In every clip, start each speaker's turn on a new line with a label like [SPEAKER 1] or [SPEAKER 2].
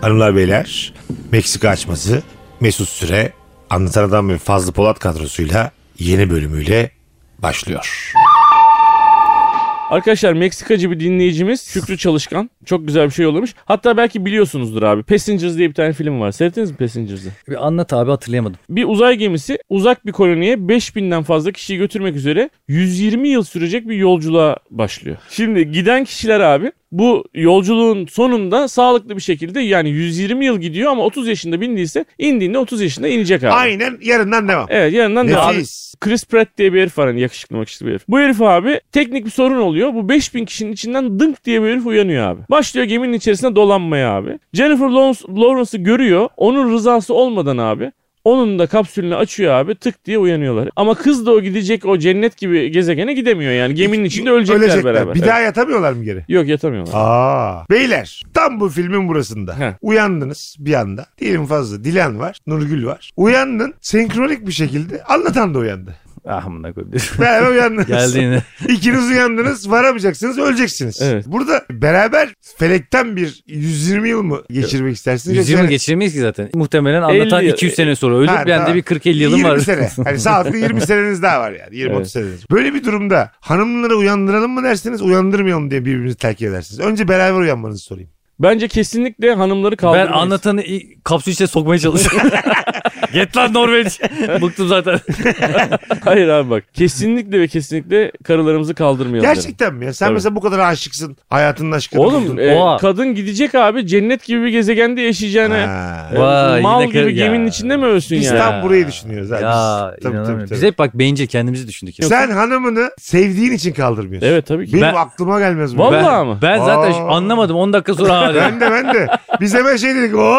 [SPEAKER 1] Hanımlar beyler Meksika açması Mesut Süre Anlatan Adam ve Fazlı Polat kadrosuyla yeni bölümüyle başlıyor.
[SPEAKER 2] Arkadaşlar Meksikacı bir dinleyicimiz Şükrü Çalışkan çok güzel bir şey yollamış. Hatta belki biliyorsunuzdur abi. Passengers diye bir tane film var. Seyrettiniz mi Passengers'ı?
[SPEAKER 3] Bir anlat abi hatırlayamadım.
[SPEAKER 2] Bir uzay gemisi uzak bir koloniye 5000'den fazla kişiyi götürmek üzere 120 yıl sürecek bir yolculuğa başlıyor. Şimdi giden kişiler abi bu yolculuğun sonunda sağlıklı bir şekilde yani 120 yıl gidiyor ama 30 yaşında bindiyse indiğinde 30 yaşında inecek abi.
[SPEAKER 1] Aynen yarından devam.
[SPEAKER 2] Evet yanından da abi
[SPEAKER 1] Nefis.
[SPEAKER 2] Chris Pratt diye bir herif var hani yakışıklı makışıklı bir herif. Bu herif abi teknik bir sorun oluyor. Bu 5000 kişinin içinden dınk diye bir herif uyanıyor abi. Başlıyor geminin içerisinde dolanmaya abi. Jennifer Lawrence- Lawrence'ı görüyor. Onun rızası olmadan abi onun da kapsülünü açıyor abi tık diye uyanıyorlar. Ama kız da o gidecek o cennet gibi gezegene gidemiyor yani. Geminin içinde ölecekler, beraber.
[SPEAKER 1] Bir
[SPEAKER 2] Evet.
[SPEAKER 1] daha yatamıyorlar mı geri?
[SPEAKER 2] Yok yatamıyorlar.
[SPEAKER 1] Aa. Beyler tam bu filmin burasında.
[SPEAKER 2] Heh.
[SPEAKER 1] Uyandınız bir anda. Diyelim fazla. Dilan var. Nurgül var. Uyandın. Senkronik bir şekilde. Anlatan da uyandı.
[SPEAKER 3] Ah amına koyayım.
[SPEAKER 1] Beraber uyandınız.
[SPEAKER 3] Geldi yine.
[SPEAKER 1] İkiniz uyandınız. Varamayacaksınız. Öleceksiniz.
[SPEAKER 2] Evet.
[SPEAKER 1] Burada beraber felekten bir 120 yıl mı geçirmek istersiniz?
[SPEAKER 3] 120
[SPEAKER 1] Yoksa-
[SPEAKER 3] geçiremeyiz ki zaten. Muhtemelen anlatan
[SPEAKER 2] 50
[SPEAKER 3] 200 sene sonra ölür.
[SPEAKER 1] Ha,
[SPEAKER 3] ben
[SPEAKER 1] tamam.
[SPEAKER 3] de bir 40-50 yılım
[SPEAKER 1] 20
[SPEAKER 3] var.
[SPEAKER 1] sene. Hani sağlıklı 20 seneniz daha var yani. 20 30 seneniz. Böyle bir durumda hanımları uyandıralım mı dersiniz, uyandırmayalım diye birbirinizi terk edersiniz. Önce beraber uyanmanızı sorayım.
[SPEAKER 2] Bence kesinlikle hanımları
[SPEAKER 3] ben
[SPEAKER 2] kaldırmayız.
[SPEAKER 3] anlatanı i- kapsül içine sokmaya çalışıyorum. Get lan Norveç. Bıktım zaten.
[SPEAKER 2] Hayır abi bak kesinlikle ve kesinlikle karılarımızı kaldırmayalım. derim.
[SPEAKER 1] Gerçekten mi ya? Sen
[SPEAKER 2] Tabii.
[SPEAKER 1] mesela bu kadar aşıksın. Hayatının aşkını buldun.
[SPEAKER 2] Oğlum e,
[SPEAKER 3] Oha.
[SPEAKER 2] kadın gidecek abi cennet gibi bir gezegende yaşayacağına
[SPEAKER 1] Ha.
[SPEAKER 2] e,
[SPEAKER 3] Vay,
[SPEAKER 2] mal
[SPEAKER 3] yine
[SPEAKER 2] gibi
[SPEAKER 3] kar- ya.
[SPEAKER 2] geminin içinde mi ölsün
[SPEAKER 1] Biz
[SPEAKER 2] yani?
[SPEAKER 1] tam burayı düşünüyoruz. Abi.
[SPEAKER 3] ya
[SPEAKER 1] Biz- tabii, tabii,
[SPEAKER 3] inanamıyorum.
[SPEAKER 1] tabii.
[SPEAKER 3] Biz hep bak beyince kendimizi düşündük. ya.
[SPEAKER 1] Sen hanımını sevdiğin için kaldırmıyorsun.
[SPEAKER 2] Evet tabii ki.
[SPEAKER 1] Benim
[SPEAKER 3] Ben-
[SPEAKER 1] aklıma gelmez bu.
[SPEAKER 2] Vallahi-
[SPEAKER 1] Ben-
[SPEAKER 3] ben,
[SPEAKER 2] mı?
[SPEAKER 3] ben zaten şu-
[SPEAKER 1] Aa.
[SPEAKER 3] anlamadım 10 dakika sonra. abi.
[SPEAKER 1] Ben de ben de. Biz hemen şey dedik. Oo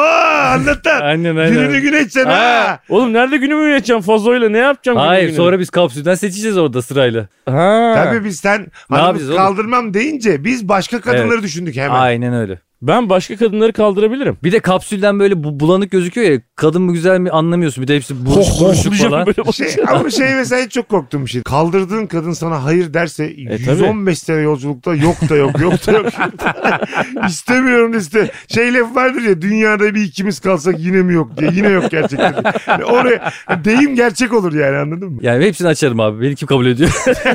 [SPEAKER 1] anlatan.
[SPEAKER 3] aynen
[SPEAKER 1] Gününü
[SPEAKER 3] aynen.
[SPEAKER 1] gün edeceksin ha.
[SPEAKER 3] Ha.
[SPEAKER 2] Oğlum nerede günümü geçeceğim fazoyla ne yapacağım? günü
[SPEAKER 3] Hayır
[SPEAKER 2] günü?
[SPEAKER 3] sonra biz kapsülden seçeceğiz orada sırayla.
[SPEAKER 2] Ha.
[SPEAKER 1] Tabii biz sen
[SPEAKER 3] yapacağız
[SPEAKER 1] hanımı
[SPEAKER 3] oğlum?
[SPEAKER 1] kaldırmam deyince biz başka kadınları
[SPEAKER 3] Evet.
[SPEAKER 1] düşündük hemen.
[SPEAKER 3] Aynen öyle.
[SPEAKER 2] Ben başka kadınları kaldırabilirim.
[SPEAKER 3] Bir de kapsülden böyle bu- bulanık gözüküyor ya. Kadın mı güzel mi anlamıyorsun. Bir de hepsi
[SPEAKER 1] Oh,
[SPEAKER 3] buruşuk buruşuk
[SPEAKER 2] Diyeceğim
[SPEAKER 3] falan.
[SPEAKER 2] böyle bak-
[SPEAKER 1] Şey, ama şey mesela hiç çok korktuğum bir şey. Kaldırdığın kadın sana hayır derse
[SPEAKER 3] E,
[SPEAKER 1] 115 sene yolculukta yok da yok yok da yok. yok da- İstemiyorum da iste. Şey laf vardır ya dünyada bir ikimiz kalsak yine mi yok diye. Yine yok gerçekten. Yani oraya deyim gerçek olur yani anladın mı?
[SPEAKER 3] Yani hepsini açarım abi. Beni kim kabul ediyor?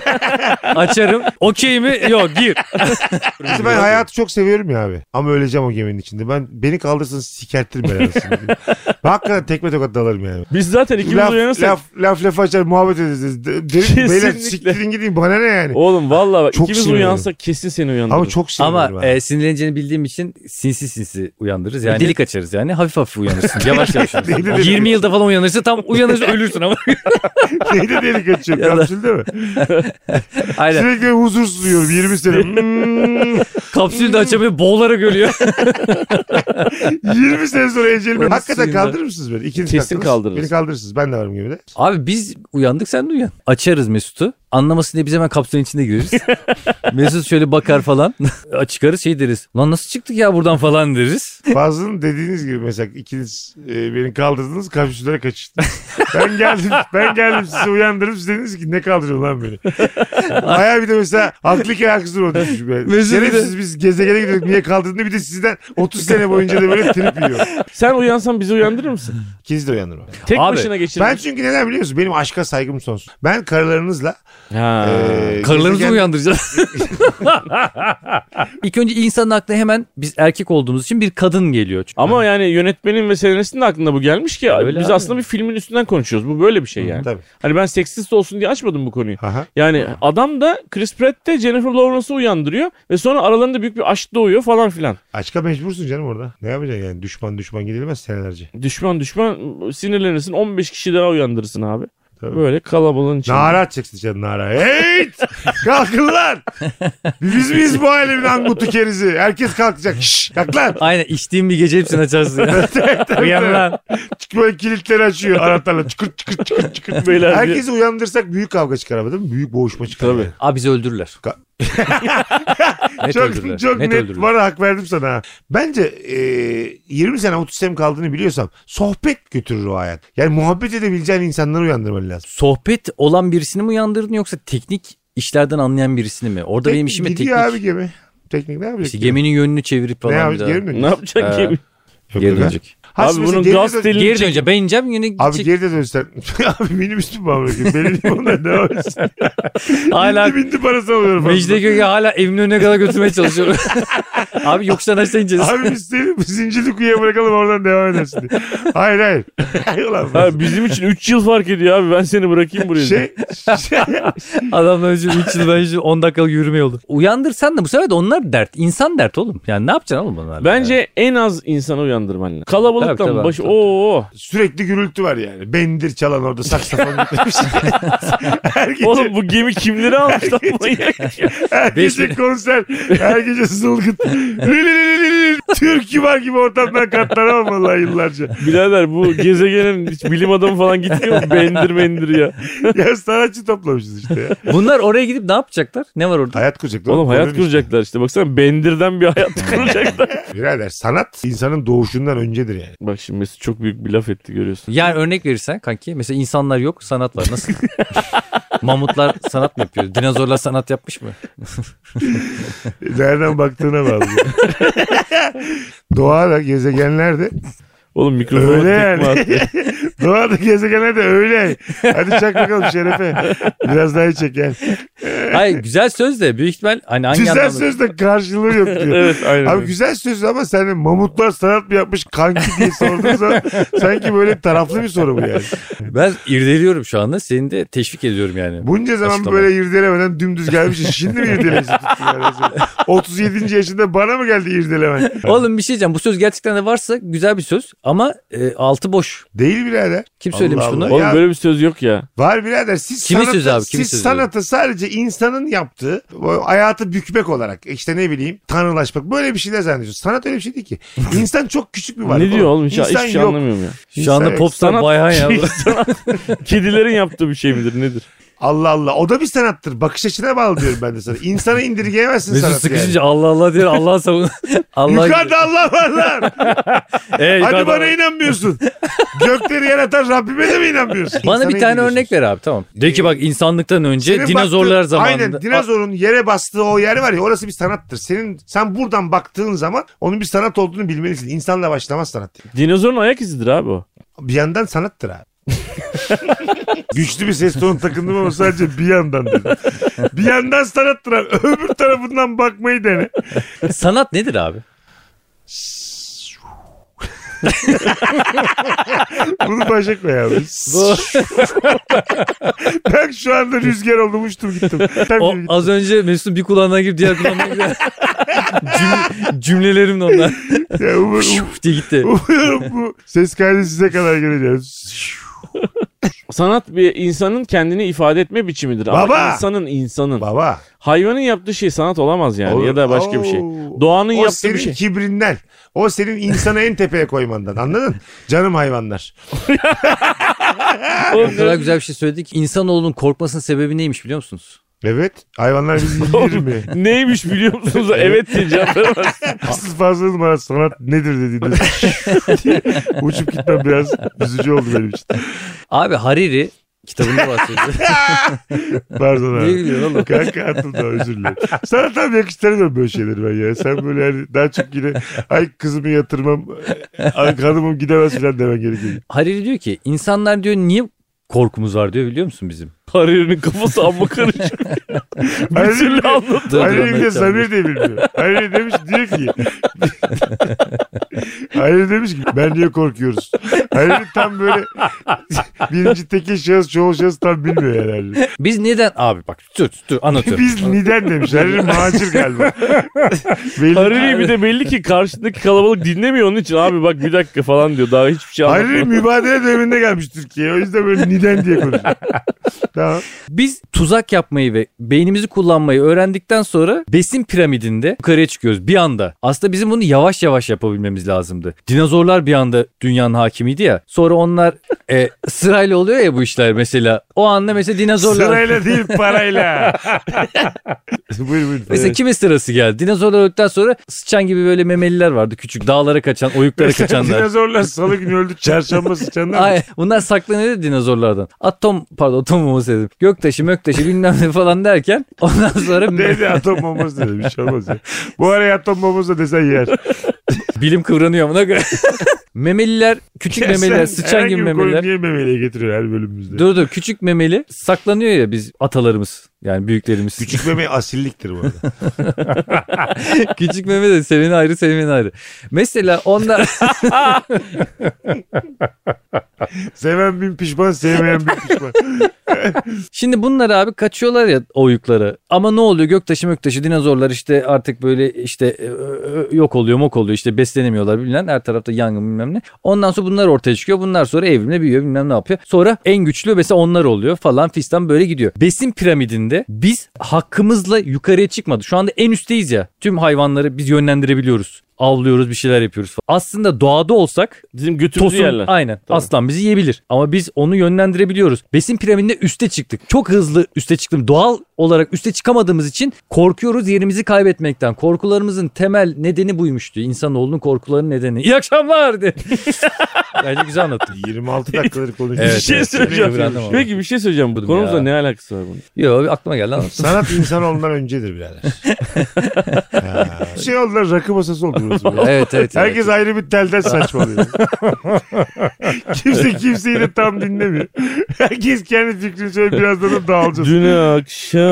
[SPEAKER 3] açarım. Okey mi? Yok gir.
[SPEAKER 1] Mesela ben hayatı çok seviyorum ya abi. Ama öleceğim o geminin içinde. Ben beni kaldırsanız sikerttirim ben arasında. ben hakikaten tekme tokat dalarım yani.
[SPEAKER 2] Biz zaten ikimiz
[SPEAKER 1] Laf,
[SPEAKER 2] uyanırsak.
[SPEAKER 1] laf, laf, laf açar muhabbet ederiz. De- Derim, ki, beyler
[SPEAKER 2] Kesinlikle.
[SPEAKER 1] siktirin gidin bana ne yani.
[SPEAKER 2] Oğlum vallahi bak,
[SPEAKER 1] Çok
[SPEAKER 2] ikimiz
[SPEAKER 1] sinirlenirim.
[SPEAKER 2] uyansak kesin seni uyandırırım.
[SPEAKER 1] Ama çok seviyorum
[SPEAKER 3] Ama e, sinirleneceğini bildiğim için sinsi sinsi uyandırırız. Yani delik açarız yani. Hafif hafif uyanırsın. Yavaş yavaş
[SPEAKER 1] Deli
[SPEAKER 3] uyanırsın.
[SPEAKER 1] delik.
[SPEAKER 3] 20 yılda falan uyanırsın. Tam uyanırsın ölürsün ama.
[SPEAKER 1] Neydi delik açıyor?
[SPEAKER 3] Ya da-
[SPEAKER 1] Kapsülde mi?
[SPEAKER 3] Aynen.
[SPEAKER 1] Sürekli huzursuz uyuyorum 20 sene. Hmm,
[SPEAKER 3] Kapsülü de açamıyor. Boğularak ölüyor.
[SPEAKER 1] 20 sene sonra ecelim.
[SPEAKER 3] Ölüm
[SPEAKER 1] Hakikaten
[SPEAKER 3] suyunda.
[SPEAKER 1] kaldırır mısınız beni? İkiniz
[SPEAKER 2] Kesin
[SPEAKER 1] kalktınız.
[SPEAKER 2] kaldırırız.
[SPEAKER 1] Beni kaldırırsınız. Ben de varım gemide.
[SPEAKER 3] Abi biz uyandık sen de uyan. Açarız Mesut'u. Anlamasın diye biz hemen kapsülün içinde gireriz. Mesut şöyle bakar falan. Çıkarız şey deriz. Lan nasıl çıktık ya buradan falan deriz.
[SPEAKER 1] Fazlının dediğiniz gibi mesela ikiniz e, beni kaldırdınız kapsüllere kaçıştınız. ben geldim ben geldim sizi uyandırıp siz dediniz ki ne kaldırıyorsun lan beni. Baya bir de mesela aklı ki haksız oldu.
[SPEAKER 3] Mesut bir de-
[SPEAKER 1] Şerefsiz biz gezegene gidiyorduk niye kaldırdığını bir de sizden 30 sene boyunca da böyle trip yiyor.
[SPEAKER 2] Sen uyansan bizi uyandırır mısın?
[SPEAKER 1] İkiniz de uyandırma.
[SPEAKER 2] Tek
[SPEAKER 3] Abi,
[SPEAKER 2] başına geçirir.
[SPEAKER 1] Ben çünkü neden biliyor musun? Benim aşka saygım sonsuz. Ben karılarınızla
[SPEAKER 2] Ha.
[SPEAKER 1] Ee,
[SPEAKER 3] Karılarınızı
[SPEAKER 1] gezegen-
[SPEAKER 3] uyandıracağız. İlk önce insanın aklına hemen biz erkek olduğumuz için bir kadın geliyor.
[SPEAKER 2] Ama yani yönetmenin ve senaristin de aklına bu gelmiş ki
[SPEAKER 3] Öyle
[SPEAKER 2] biz
[SPEAKER 3] abi.
[SPEAKER 2] aslında bir filmin üstünden konuşuyoruz. Bu böyle bir şey yani.
[SPEAKER 1] Tabii.
[SPEAKER 2] Hani ben seksist olsun diye açmadım bu konuyu.
[SPEAKER 1] Aha.
[SPEAKER 2] Yani adam da Chris Pratt de Jennifer Lawrence'ı uyandırıyor ve sonra aralarında büyük bir aşk doğuyor falan filan.
[SPEAKER 1] Aşka mecbursun canım orada. Ne yapacaksın yani? Düşman düşman gidilmez senelerce.
[SPEAKER 2] Düşman düşman sinirlenirsin 15 kişi daha uyandırırsın abi.
[SPEAKER 1] Tabii.
[SPEAKER 2] Böyle kalabalığın içinde.
[SPEAKER 1] Nara atacaksın içeri nara. Hey! Kalkın lan! Biz miyiz bu alemin angutu kerizi? Herkes kalkacak. Şşş kalk lan!
[SPEAKER 3] Aynen içtiğin bir gece hepsini açarsın. ya. Uyan lan.
[SPEAKER 1] Çık Böyle kilitleri açıyor anahtarla. Çıkır çıkır çıkır çıkır.
[SPEAKER 2] Beyler
[SPEAKER 1] Herkesi uyandırsak büyük kavga çıkar ama değil mi? Büyük boğuşma çıkar. yani.
[SPEAKER 3] Abi bizi öldürürler. net öldürürler.
[SPEAKER 1] Çok, çok net,
[SPEAKER 3] öldürürler.
[SPEAKER 1] bana hak verdim sana. ha. Bence e, 20 sene 30 sene kaldığını biliyorsam sohbet götürür o hayat. Yani muhabbet edebileceğin insanları uyandırman lazım.
[SPEAKER 3] Sohbet olan birisini mi uyandırdın yoksa teknik işlerden anlayan birisini mi? Orada
[SPEAKER 1] Tek-
[SPEAKER 3] benim işim de teknik.
[SPEAKER 1] Gidiyor abi gemi. Teknik ne yapacak?
[SPEAKER 3] İşte geminin yönünü çevirip falan.
[SPEAKER 1] ne
[SPEAKER 3] bir daha.
[SPEAKER 1] yapacak? Geri mi
[SPEAKER 2] ne yapacak
[SPEAKER 3] Ee,
[SPEAKER 2] ki?
[SPEAKER 1] Yok
[SPEAKER 3] Geri
[SPEAKER 1] aga.
[SPEAKER 3] dönecek.
[SPEAKER 1] Ha,
[SPEAKER 2] Abi
[SPEAKER 1] şimdi
[SPEAKER 2] bunun
[SPEAKER 1] mesela
[SPEAKER 2] gaz
[SPEAKER 1] dön-
[SPEAKER 2] telini
[SPEAKER 3] Geri
[SPEAKER 2] çek-
[SPEAKER 3] döneceğim. Ben ineceğim yine
[SPEAKER 1] Abi
[SPEAKER 3] gidecek.
[SPEAKER 1] geri de dönsen. Abi minibüstüm bu amına. Belediye onlar ne var?
[SPEAKER 3] Hala
[SPEAKER 1] Bindi bindi parası alıyorum.
[SPEAKER 3] Mecidiyeköy'e hala evimin önüne kadar götürmeye çalışıyorum. Abi yokuştan aşağı ineceğiz.
[SPEAKER 1] Abi biz seni Zincirlikuyu'ya bırakalım oradan devam edersin diye. Hayır hayır. Ulan
[SPEAKER 2] Ha, bizim için 3 yıl fark ediyor abi. Ben seni bırakayım buraya.
[SPEAKER 1] şey, şey,
[SPEAKER 3] Adamdan önce 3 yıl ben önce 10 dakikalık yürüme yolu. Uyandırsan da bu sefer de onlar dert. İnsan dert oğlum. Yani ne yapacaksın oğlum onlarla?
[SPEAKER 2] Bence en az insanı uyandırman lazım. Kalabalıktan
[SPEAKER 3] Tabii, tabii,
[SPEAKER 2] başı
[SPEAKER 3] tabii.
[SPEAKER 2] ooo.
[SPEAKER 1] sürekli gürültü var yani. Bendir çalan orada saksafon yüklemiş. her gece,
[SPEAKER 2] Oğlum bu gemi kimleri almış lan manyak ya.
[SPEAKER 1] her
[SPEAKER 3] beş
[SPEAKER 1] gece konser. Her gece zılgıt. Türkü var gibi ortamdan katlanamam vallahi yıllarca.
[SPEAKER 2] Birader bu gezegenin hiç bilim adamı falan gitmiyor mu? Bendir bendir ya.
[SPEAKER 1] Ya sanatçı toplamışız işte ya.
[SPEAKER 3] Bunlar oraya gidip ne yapacaklar? Ne var orada?
[SPEAKER 1] Hayat kuracaklar.
[SPEAKER 2] Oğlum hayat
[SPEAKER 1] Komünist.
[SPEAKER 2] kuracaklar işte. Baksana bendirden bir hayat kuracaklar.
[SPEAKER 1] Birader sanat insanın doğuşundan öncedir yani.
[SPEAKER 2] Bak şimdi Mesut çok büyük bir laf etti görüyorsun.
[SPEAKER 3] Yani örnek verirsen kanki mesela insanlar yok sanat var nasıl? Mamutlar sanat mı yapıyor? Dinozorlar sanat yapmış mı?
[SPEAKER 1] Nereden baktığına bağlı. Doğada gezegenlerde
[SPEAKER 2] Oğlum mikrofonu
[SPEAKER 1] Öyle
[SPEAKER 2] tekme
[SPEAKER 1] yani.
[SPEAKER 2] attı.
[SPEAKER 1] Doğada gezegenlerde öyle. Hadi çak bakalım şerefe. Biraz daha iyi çek yani.
[SPEAKER 3] Hayır güzel söz de büyük ihtimal hani hangi
[SPEAKER 1] Güzel
[SPEAKER 3] anlamda?
[SPEAKER 1] sözde karşılığı yok diyor.
[SPEAKER 2] evet aynen.
[SPEAKER 1] Abi güzel söz ama sen de mamutlar sanat mı yapmış kanki diye sorduğun zaman sanki böyle taraflı bir soru bu yani.
[SPEAKER 3] Ben irdeliyorum şu anda. Seni de teşvik ediyorum yani.
[SPEAKER 1] Bunca zaman
[SPEAKER 3] Açıklama.
[SPEAKER 1] böyle irdelemeden dümdüz gelmişsin. Şimdi mi irdelemesi tuttu yani? 37. yaşında bana mı geldi irdelemen?
[SPEAKER 3] Oğlum bir şey diyeceğim. Bu söz gerçekten de varsa güzel bir söz ama e, altı boş.
[SPEAKER 1] Değil birader.
[SPEAKER 3] Kim
[SPEAKER 1] Allah
[SPEAKER 3] söylemiş
[SPEAKER 1] Allah.
[SPEAKER 3] bunu?
[SPEAKER 2] Oğlum
[SPEAKER 1] Ya-
[SPEAKER 2] böyle bir söz yok ya.
[SPEAKER 1] Var birader siz
[SPEAKER 3] Kimin
[SPEAKER 1] sanatı,
[SPEAKER 3] sözü abi, kimin
[SPEAKER 1] siz
[SPEAKER 3] sözü?
[SPEAKER 1] sanatı sadece insanın yaptığı o hayatı bükmek olarak işte ne bileyim tanrılaşmak böyle bir şeyler zannediyorsun. Sanat öyle bir şey değil ki. İnsan çok küçük bir varlık.
[SPEAKER 2] ne diyor oğlum? Hiç, hiçbir
[SPEAKER 1] İnsan
[SPEAKER 2] şey
[SPEAKER 1] yok.
[SPEAKER 2] anlamıyorum ya.
[SPEAKER 3] Şu anda
[SPEAKER 1] Sanat-
[SPEAKER 3] popstar
[SPEAKER 2] sanat-
[SPEAKER 3] Bayhan ya.
[SPEAKER 2] Kedilerin yaptığı bir şey midir nedir?
[SPEAKER 1] Allah Allah o da bir sanattır. Bakış açına bağlı diyorum ben de sana. İnsana indirgeyemezsin
[SPEAKER 3] Mesut
[SPEAKER 1] sanatı yani.
[SPEAKER 3] sıkışınca Allah Allah diyor Allah savun. Allah
[SPEAKER 1] Yukarıda Allah var lan.
[SPEAKER 3] Ee, yukarıda
[SPEAKER 1] Hadi bana
[SPEAKER 3] Allah.
[SPEAKER 1] inanmıyorsun. Gökleri yaratan Rabbime de mi inanmıyorsun?
[SPEAKER 3] Bana bir
[SPEAKER 1] İnsana
[SPEAKER 3] tane
[SPEAKER 1] indirgiyorsun.
[SPEAKER 3] örnek ver abi tamam. De ki bak insanlıktan önce
[SPEAKER 1] Senin
[SPEAKER 3] dinozorlar
[SPEAKER 1] baktığın-
[SPEAKER 3] zamanında.
[SPEAKER 1] Aynen dinozorun yere bastığı o yer var ya orası bir sanattır. Senin sen buradan baktığın zaman onun bir sanat olduğunu bilmelisin. İnsanla başlamaz sanat.
[SPEAKER 2] Dinozorun ayak izidir abi o.
[SPEAKER 1] Bir yandan sanattır abi. Güçlü bir ses tonu takındım ama sadece bir yandan dedim. Bir yandan sanattır abi. Öbür tarafından bakmayı dene.
[SPEAKER 3] A- sanat nedir abi?
[SPEAKER 1] Bunu başa koy abi.
[SPEAKER 3] Bu,
[SPEAKER 1] Ben şu anda rüzgar oldum uçtum gittim. Tabii
[SPEAKER 3] o,
[SPEAKER 1] gittim.
[SPEAKER 3] az önce Mesut'un bir kulağından girip diğer kulağına girip Cümle, cümlelerimle onlar
[SPEAKER 1] Ya umarım,
[SPEAKER 3] Püf diye gitti.
[SPEAKER 1] umarım bu ses kaydı size kadar gelecek.
[SPEAKER 2] Sanat bir insanın kendini ifade etme biçimidir. Ama
[SPEAKER 1] Baba!
[SPEAKER 2] insanın insanın.
[SPEAKER 1] Baba.
[SPEAKER 2] Hayvanın yaptığı şey sanat olamaz yani
[SPEAKER 1] Olur.
[SPEAKER 2] ya da başka bir şey.
[SPEAKER 1] Oo.
[SPEAKER 2] Doğanın
[SPEAKER 1] O
[SPEAKER 2] yaptığı
[SPEAKER 1] senin
[SPEAKER 2] bir şey.
[SPEAKER 1] kibrinden. O senin insanı en tepeye koymandan. Anladın? Canım hayvanlar.
[SPEAKER 3] O kadar güzel bir şey söyledik. ki insanoğlunun korkmasının sebebi neymiş biliyor musunuz?
[SPEAKER 1] Evet. Hayvanlar bizi indirir mi?
[SPEAKER 2] Neymiş biliyor musunuz? evet diye cevap veremez.
[SPEAKER 1] Asıl fazla numara sanat nedir dediğinde uçup gitmem biraz üzücü oldu benim için.
[SPEAKER 3] Abi Hariri kitabında bahsediyor.
[SPEAKER 1] Pardon
[SPEAKER 3] Niye
[SPEAKER 1] abi.
[SPEAKER 3] gülüyorsun oğlum?
[SPEAKER 1] Kanka attım da özür dilerim. Sana tam yakıştıramıyorum böyle şeyleri ben ya. Sen böyle hani daha çok yine ay kızımı yatırmam, ay hanımım gidemez falan demen gerekiyor.
[SPEAKER 3] Hariri diyor ki insanlar diyor niye korkumuz var diyor biliyor musun bizim?
[SPEAKER 2] Hariri'nin kafası amma karışık. bir
[SPEAKER 1] Hariri
[SPEAKER 2] türlü
[SPEAKER 1] de-
[SPEAKER 2] anlat.
[SPEAKER 3] Dur, dur,
[SPEAKER 1] Hayır bir de
[SPEAKER 3] anlatacağım.
[SPEAKER 1] Samir de bilmiyor. Hayır demiş diyor ki. Hayır demiş ki ben niye korkuyoruz? Hayır tam böyle birinci tekil şahıs çoğul şahıs tam bilmiyor herhalde.
[SPEAKER 3] Biz neden abi bak dur dur anlatıyorum.
[SPEAKER 1] Biz neden demiş. Hariri macir galiba. Belli.
[SPEAKER 2] Hariri bir de belli ki karşındaki kalabalık dinlemiyor onun için. Abi bak bir dakika falan diyor. Daha hiçbir şey
[SPEAKER 1] Hariri
[SPEAKER 2] anlatmıyor.
[SPEAKER 1] mübadele döneminde gelmiş Türkiye'ye. O yüzden böyle niden diye konuşuyor. tamam.
[SPEAKER 3] Biz tuzak yapmayı ve beynimizi kullanmayı öğrendikten sonra besin piramidinde yukarıya çıkıyoruz bir anda. Aslında bizim bunu yavaş yavaş yapabilmemiz lazımdı. Dinozorlar bir anda dünyanın hakimiydi ya. Sonra onlar e, sırayla oluyor ya bu işler mesela. O anda mesela dinozorlar...
[SPEAKER 1] Sırayla değil parayla. buyur buyur.
[SPEAKER 3] Mesela kimin sırası geldi? Dinozorlar öldükten sonra sıçan gibi böyle memeliler vardı. Küçük dağlara kaçan, oyuklara
[SPEAKER 1] Mesela
[SPEAKER 3] kaçanlar.
[SPEAKER 1] Dinozorlar salı günü öldü. Çarşamba sıçanlar.
[SPEAKER 3] Ay, bunlar saklanıyordu dinozorlardan. Atom pardon atom bombası dedim. Göktaşı möktaşı bilmem ne falan derken ondan sonra
[SPEAKER 1] Dedi atom bombası dedi. Bir şey olmaz ya. Bu araya atom bombası da desen yer.
[SPEAKER 3] Bilim kıvranıyor amına göre. memeliler küçük
[SPEAKER 1] Ya sen
[SPEAKER 3] memeliler sıçan
[SPEAKER 1] herhangi
[SPEAKER 3] gibi
[SPEAKER 1] bir konuyu
[SPEAKER 3] memeliler.
[SPEAKER 1] Niye memeliye getiriyor her bölümümüzde?
[SPEAKER 3] Dur dur küçük memeli saklanıyor ya biz atalarımız yani büyüklerimiz. Küçük,
[SPEAKER 1] Küçük meme asilliktir bu arada.
[SPEAKER 3] küçük meme de seveni ayrı sevmeni ayrı. Mesela onlar
[SPEAKER 1] Seven bin pişman, sevmeyen bin pişman.
[SPEAKER 3] şimdi bunlar abi kaçıyorlar ya oyuklara ama ne oluyor göktaşı möktaşı dinozorlar işte artık böyle işte e, e, yok oluyor mok oluyor işte beslenemiyorlar bilmem her tarafta yangın bilmem ne. Ondan sonra bunlar ortaya çıkıyor bunlar sonra evrimle büyüyor bilmem ne yapıyor. Sonra en güçlü mesela onlar oluyor falan fistan böyle gidiyor. Besin piramidinde biz hakkımızla yukarıya çıkmadı. Şu anda en üstteyiz ya. Tüm hayvanları biz yönlendirebiliyoruz. Avlıyoruz bir şeyler yapıyoruz falan. Aslında doğada olsak
[SPEAKER 2] Bizim götümüzü
[SPEAKER 3] Tosun
[SPEAKER 2] yerler.
[SPEAKER 3] aynen.
[SPEAKER 2] Tabii.
[SPEAKER 3] Aslan bizi yiyebilir. Ama biz onu yönlendirebiliyoruz. Besin piramidinde üste çıktık. Çok hızlı üste çıktım. Doğal olarak üste çıkamadığımız için korkuyoruz yerimizi kaybetmekten. Korkularımızın temel nedeni buymuştu. İnsanoğlunun korkularının nedeni. İyi akşamlar diye. Bence güzel anlattım.
[SPEAKER 1] 26 dakikadır konuşuyoruz.
[SPEAKER 3] Evet,
[SPEAKER 2] bir şey
[SPEAKER 3] evet.
[SPEAKER 2] söyleyeceğim.
[SPEAKER 3] Öğrendim ama.
[SPEAKER 2] Peki bir şey söyleyeceğim. Bu
[SPEAKER 3] Buldum
[SPEAKER 2] konumuzla
[SPEAKER 3] ya.
[SPEAKER 2] ne alakası var bunun?
[SPEAKER 3] Yo aklıma geldi lan.
[SPEAKER 1] Sanat insanoğlundan öncedir birader. Ha. şey oldular rakı masası oldu burası. böyle.
[SPEAKER 3] evet evet.
[SPEAKER 1] Herkes ayrı bir telden saçmalıyor. Kimse kimseyi de tam dinlemiyor. Herkes kendi fikrini söyle birazdan da dağılacağız.
[SPEAKER 2] Dün akşam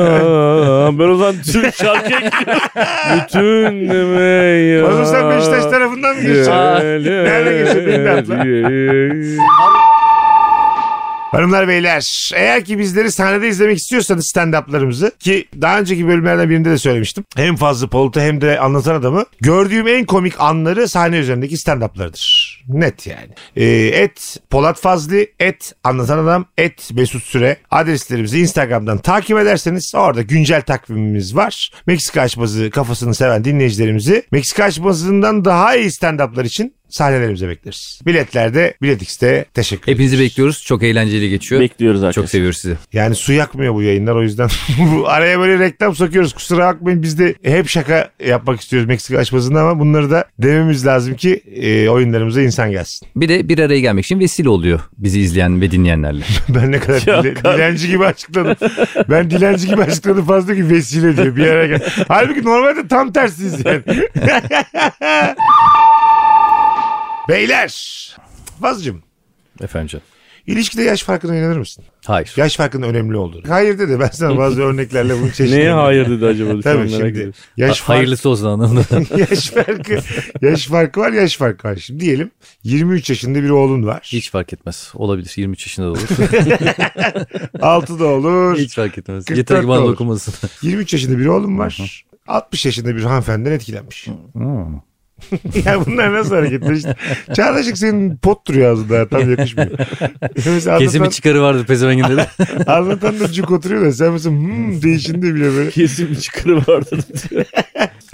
[SPEAKER 2] ben o zaman Türk şarkıya gidiyorum. Bütün demeye.
[SPEAKER 1] Fazla sen Beşiktaş tarafından mı geçeceksin? Nerede geçiyor? Benim de atla. Hanımlar beyler eğer ki bizleri sahnede izlemek istiyorsanız stand-up'larımızı ki daha önceki bölümlerden birinde de söylemiştim. Hem Fazlı Polat'ı hem de Anlatan Adam'ı gördüğüm en komik anları sahne üzerindeki stand-up'larıdır. Net yani. Ee, et Polat Fazlı, et Anlatan Adam, et Mesut Süre adreslerimizi Instagram'dan takip ederseniz orada güncel takvimimiz var. Meksika açmazı kafasını seven dinleyicilerimizi Meksika açmazından daha iyi stand-up'lar için sahnelerimize bekleriz. Biletlerde, Bilet X'te teşekkür ederiz.
[SPEAKER 3] Hepinizi bekliyoruz. Çok eğlenceli geçiyor.
[SPEAKER 2] Bekliyoruz arkadaşlar.
[SPEAKER 3] Çok seviyoruz sizi.
[SPEAKER 1] Yani su yakmıyor bu yayınlar o yüzden. bu araya böyle reklam sokuyoruz kusura bakmayın biz de hep şaka yapmak istiyoruz Meksika açmasında ama bunları da dememiz lazım ki e, oyunlarımıza insan gelsin.
[SPEAKER 3] Bir de bir araya gelmek için vesile oluyor bizi izleyen ve dinleyenlerle.
[SPEAKER 1] Ben ne kadar
[SPEAKER 2] Ya
[SPEAKER 1] dile-
[SPEAKER 2] kardeşim.
[SPEAKER 1] dilenci gibi açıkladım. Ben dilenci gibi açıkladım fazla ki vesile diyor bir araya gel. Halbuki normalde tam tersiyiz yani. Beyler. Fazlacığım
[SPEAKER 3] Efendim canım.
[SPEAKER 1] ilişkide yaş farkına inanır mısın?
[SPEAKER 3] Hayır.
[SPEAKER 1] Yaş farkının önemli olduğunu. Hayır dedi ben sana bazı örneklerle bunu çeşitlendirdim.
[SPEAKER 2] Neye hayır dedi acaba? Şu an
[SPEAKER 1] Tabii
[SPEAKER 2] merak
[SPEAKER 1] şimdi
[SPEAKER 2] ediyorum.
[SPEAKER 1] yaş, farkı-
[SPEAKER 3] Hayırlısı olsun anlamında.
[SPEAKER 1] yaş farkı yaş farkı var yaş farkı var. Şimdi diyelim 23 yaşında bir oğlun var.
[SPEAKER 3] Hiç fark etmez. Olabilir. 23 yaşında da olur.
[SPEAKER 1] 6 da olur.
[SPEAKER 3] Hiç fark etmez.
[SPEAKER 1] 44
[SPEAKER 3] Yeter ki bana
[SPEAKER 1] de olur.
[SPEAKER 3] dokunmasın.
[SPEAKER 1] 23 yaşında bir oğlum var. 60 yaşında bir hanımefendiden etkilenmiş. ya bunlar nasıl hareketler işte. Çağdaşlık senin pot duruyor ağzında tam yakışmıyor. mesela
[SPEAKER 3] Kesin bir
[SPEAKER 1] anlatan,
[SPEAKER 3] çıkarı vardır pezevengin dedi.
[SPEAKER 1] anlatan da cuk oturuyor da sen mesela hmm değişinde bile böyle.
[SPEAKER 2] Kesin bir çıkarı vardı.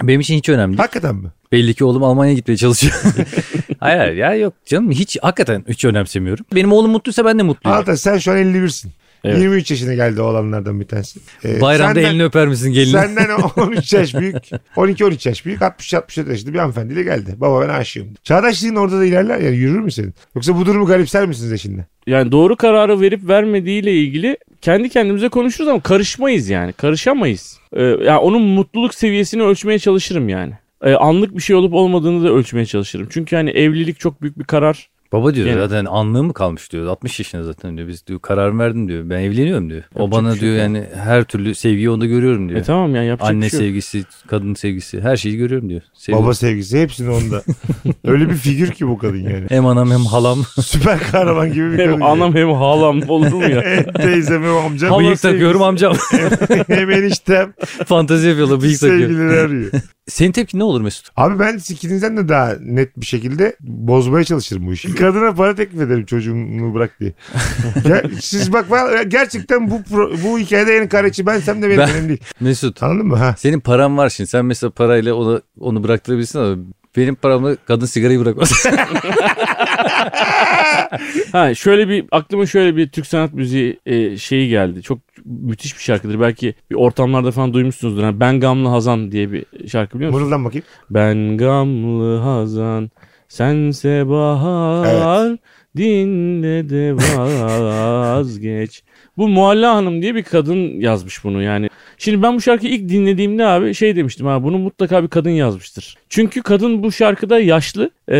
[SPEAKER 3] Benim için hiç önemli. değil.
[SPEAKER 1] Hakikaten mi?
[SPEAKER 3] Belli ki oğlum Almanya'ya gitmeye çalışıyor. hayır hayır ya yok canım. Hiç hakikaten hiç önemsemiyorum. Benim oğlum mutluysa ben de mutluyum.
[SPEAKER 1] Anlatan sen şu an 51'sin.
[SPEAKER 2] Evet.
[SPEAKER 1] 23 yaşına geldi oğlanlardan bir tanesi. Ee,
[SPEAKER 3] Bayramda
[SPEAKER 1] senden-
[SPEAKER 3] elini öper misin gelini?
[SPEAKER 1] Senden 13 yaş büyük. 12-13 yaş büyük. 60-64 yaşında bir hanımefendiyle geldi. Baba ben aşığım. Çağdaşlığın orada da ilerler yani yürür mü senin? Yoksa bu durumu garipser misiniz eşinle?
[SPEAKER 2] Yani doğru kararı verip vermediğiyle ilgili kendi kendimize konuşuruz ama karışmayız yani. Karışamayız. Ee, ya onun mutluluk seviyesini ölçmeye çalışırım yani. Ee, anlık bir şey olup olmadığını da ölçmeye çalışırım. Çünkü hani evlilik çok büyük bir karar.
[SPEAKER 3] Baba diyor
[SPEAKER 2] Yani.
[SPEAKER 3] zaten anlığı mı kalmış diyor. 60 yaşında zaten diyor. Biz diyor kararımı verdim diyor. Ben evleniyorum diyor. O
[SPEAKER 2] Yapacak
[SPEAKER 3] bana
[SPEAKER 2] bir şey
[SPEAKER 3] diyor yani her türlü sevgiyi onda görüyorum diyor.
[SPEAKER 2] E tamam yani yapacak
[SPEAKER 3] Anne
[SPEAKER 2] bir şey yok.
[SPEAKER 3] sevgisi, kadın sevgisi her şeyi görüyorum diyor. Seviyorum.
[SPEAKER 1] Baba sevgisi hepsini onda. Öyle bir figür ki bu kadın yani.
[SPEAKER 3] Hem anam hem halam.
[SPEAKER 1] Süper kahraman gibi bir kadın.
[SPEAKER 2] Hem anam hem halam olur mu ya?
[SPEAKER 1] yani. Teyzem hem amcam.
[SPEAKER 3] Bıyık takıyorum amcam.
[SPEAKER 1] Hem eniştem
[SPEAKER 3] Fantezi yapıyorlar bıyık takıyor.
[SPEAKER 1] sevgilileri arıyor.
[SPEAKER 3] Senin tepkin ne olur Mesut?
[SPEAKER 1] Abi ben ikinizden de daha net bir şekilde bozmaya çalışırım bu işi. Kadına para teklif ederim çocuğumu bırak diye. Ger- siz bak ben- gerçekten bu pro- bu hikayede en kareci bensem de benim
[SPEAKER 3] Ben-
[SPEAKER 1] önemli değil.
[SPEAKER 3] Mesut
[SPEAKER 1] Anladın mı? Ha.
[SPEAKER 3] senin paran var şimdi. Sen mesela parayla onu, onu bıraktırabilirsin ama benim paramla kadın sigarayı bırakmaz.
[SPEAKER 2] Ha şöyle bir aklıma şöyle bir Türk sanat müziği e, şeyi geldi. Çok müthiş bir şarkıdır. Belki bir ortamlarda falan duymuşsunuzdur. Hani ben Gamlı Hazan diye bir şarkı biliyor musunuz?
[SPEAKER 1] Mırıldan bakayım.
[SPEAKER 2] Ben Gamlı Hazan sense bahar dinle de vazgeç. Bu Mualla Hanım diye bir kadın yazmış bunu yani. Şimdi ben bu şarkıyı ilk dinlediğimde abi şey demiştim ha bunu mutlaka bir kadın yazmıştır. Çünkü kadın bu şarkıda yaşlı e,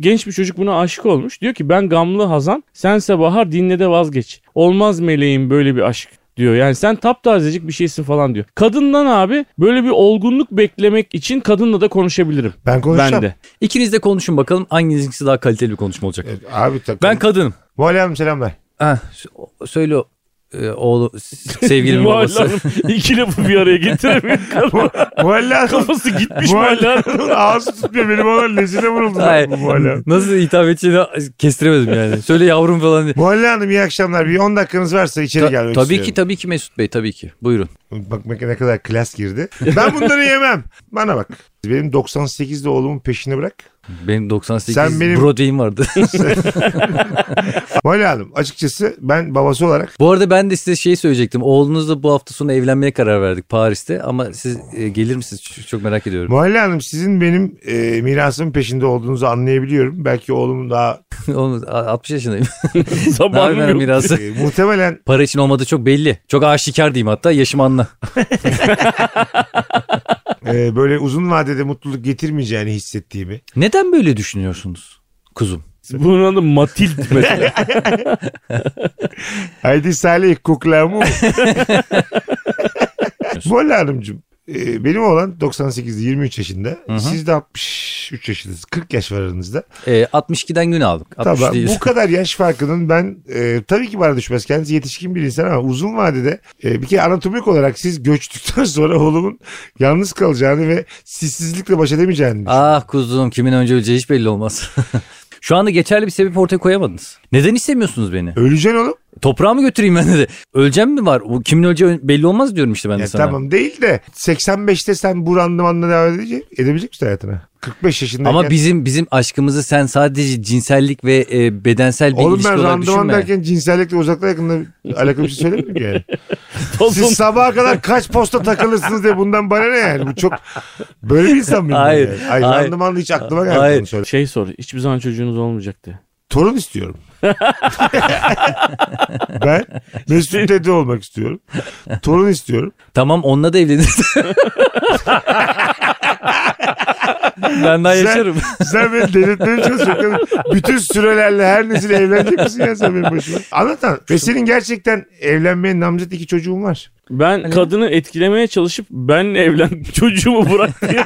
[SPEAKER 2] genç bir çocuk buna aşık olmuş. Diyor ki ben gamlı Hazan sense bahar dinle de vazgeç. Olmaz meleğim böyle bir aşk diyor. Yani sen taptazecik bir şeysin falan diyor. Kadından abi böyle bir olgunluk beklemek için kadınla da konuşabilirim.
[SPEAKER 1] Ben konuşacağım.
[SPEAKER 2] Ben de.
[SPEAKER 3] İkiniz de konuşun bakalım hanginizinkisi daha kaliteli bir konuşma olacak.
[SPEAKER 1] Evet, abi takım.
[SPEAKER 3] Ben kadınım.
[SPEAKER 1] Muhallerim selamlar.
[SPEAKER 3] Ha, s- söyle o- e, oğlu s- sevgilimin
[SPEAKER 2] Muhalle
[SPEAKER 3] babası.
[SPEAKER 2] Hanım iki lafı bir araya getiremiyor.
[SPEAKER 1] Muhallerim.
[SPEAKER 2] Kafası gitmiş Muhalle Hanım.
[SPEAKER 1] Muhallerim. Ağzı tutmuyor benim ona lezine vuruldu.
[SPEAKER 3] Hayır.
[SPEAKER 1] Muhallerim.
[SPEAKER 3] Nasıl hitap edeceğini kestiremedim yani. Söyle yavrum falan diye.
[SPEAKER 1] Muhalle Hanım iyi akşamlar. Bir 10 dakikanız varsa içeri
[SPEAKER 3] Ta-
[SPEAKER 1] gelmek
[SPEAKER 3] tabii ki
[SPEAKER 1] istiyorum.
[SPEAKER 3] tabii ki Mesut Bey tabii ki. Buyurun.
[SPEAKER 1] Bak bak ne kadar klas girdi. Ben bunları yemem. Bana bak. Benim 98'de oğlumun peşini bırak.
[SPEAKER 3] Benim 98
[SPEAKER 1] Sen benim-
[SPEAKER 3] Broadway'im vardı.
[SPEAKER 1] Muhalle Hanım açıkçası ben babası olarak
[SPEAKER 3] bu arada ben de size şey söyleyecektim. Oğlunuzla bu hafta sonu evlenmeye karar verdik Paris'te ama siz e, gelir misiniz? Ç- Çok merak ediyorum.
[SPEAKER 1] Muhalle Hanım sizin benim e, mirasımın peşinde olduğunuzu anlayabiliyorum. Belki oğlum daha
[SPEAKER 3] Oğlum, a- 60 yaşındayım. Ne
[SPEAKER 2] Sabahın
[SPEAKER 3] yapayım ben
[SPEAKER 2] yok.
[SPEAKER 3] mirası?
[SPEAKER 1] e, muhtemelen
[SPEAKER 3] Para için olmadığı çok belli. Çok aşikar diyeyim hatta yaşım anla.
[SPEAKER 1] e, böyle uzun vadede mutluluk getirmeyeceğini hissettiğimi.
[SPEAKER 3] Neden böyle düşünüyorsunuz kuzum?
[SPEAKER 2] Bunun adı Matild mesela.
[SPEAKER 1] Haydi Salih kuklamı. Muhalle Hanımcığım e, benim oğlan 98'de 23 yaşında.
[SPEAKER 3] hı.
[SPEAKER 1] Siz de 63 yaşındasınız. 40 yaş var aranızda.
[SPEAKER 3] Ee, 62'den gün aldık. 60
[SPEAKER 1] Tamam
[SPEAKER 3] değil.
[SPEAKER 1] bu kadar yaş farkının ben e, tabii ki bana düşmez. Kendisi yetişkin bir insan ama uzun vadede e, bir kere anatomik olarak siz göçtükten sonra oğlumun yalnız kalacağını ve sizsizlikle baş edemeyeceğini düşünüyorum.
[SPEAKER 3] Ah kuzum kimin önce öleceği hiç belli olmaz. Şu anda geçerli bir sebep ortaya koyamadınız. Neden istemiyorsunuz beni?
[SPEAKER 1] Öleceksin oğlum.
[SPEAKER 3] Toprağa mı götüreyim ben de? Öleceğim mi var? O kimin öleceği ön- belli olmaz diyorum işte ben de
[SPEAKER 1] Ya
[SPEAKER 3] sana.
[SPEAKER 1] tamam değil de 85'te sen bu randımanla devam edecek, edebilecek misin hayatına? 45 yaşındayken.
[SPEAKER 3] Ama bizim bizim aşkımızı sen sadece cinsellik ve e, bedensel bir
[SPEAKER 1] Oğlum
[SPEAKER 3] ilişki
[SPEAKER 1] ben
[SPEAKER 3] olarak
[SPEAKER 1] randıman
[SPEAKER 3] düşünme.
[SPEAKER 1] derken cinsellikle uzakta yakında alakalı bir şey söylemiyorum ki yani.
[SPEAKER 2] Tozun
[SPEAKER 1] Siz sabaha kadar kaç posta takılırsınız diye bundan bana ne yani? Bu çok böyle bir insan mıyım? ben
[SPEAKER 3] Hayır,
[SPEAKER 1] yani? Ay,
[SPEAKER 3] hayır.
[SPEAKER 1] randımanla hiç aklıma
[SPEAKER 3] Hayır.
[SPEAKER 1] gelmedi. bunu söyle.
[SPEAKER 2] şey sor. Hiçbir zaman çocuğunuz olmayacaktı.
[SPEAKER 1] Torun istiyorum. ben Mesut Dede olmak istiyorum. Torun istiyorum.
[SPEAKER 3] Tamam onunla da evleniriz. ben daha
[SPEAKER 1] Sen-
[SPEAKER 3] yaşarım.
[SPEAKER 1] Sen beni delirtmeye çalışıyorsun. Bütün sürelerle her nesil evlenecek misin ya sen benim başıma? Anlat anlat. Ve senin gerçekten evlenmeye namzet iki çocuğun var.
[SPEAKER 2] Ben kadını etkilemeye çalışıp benle evlen çocuğumu bırak diye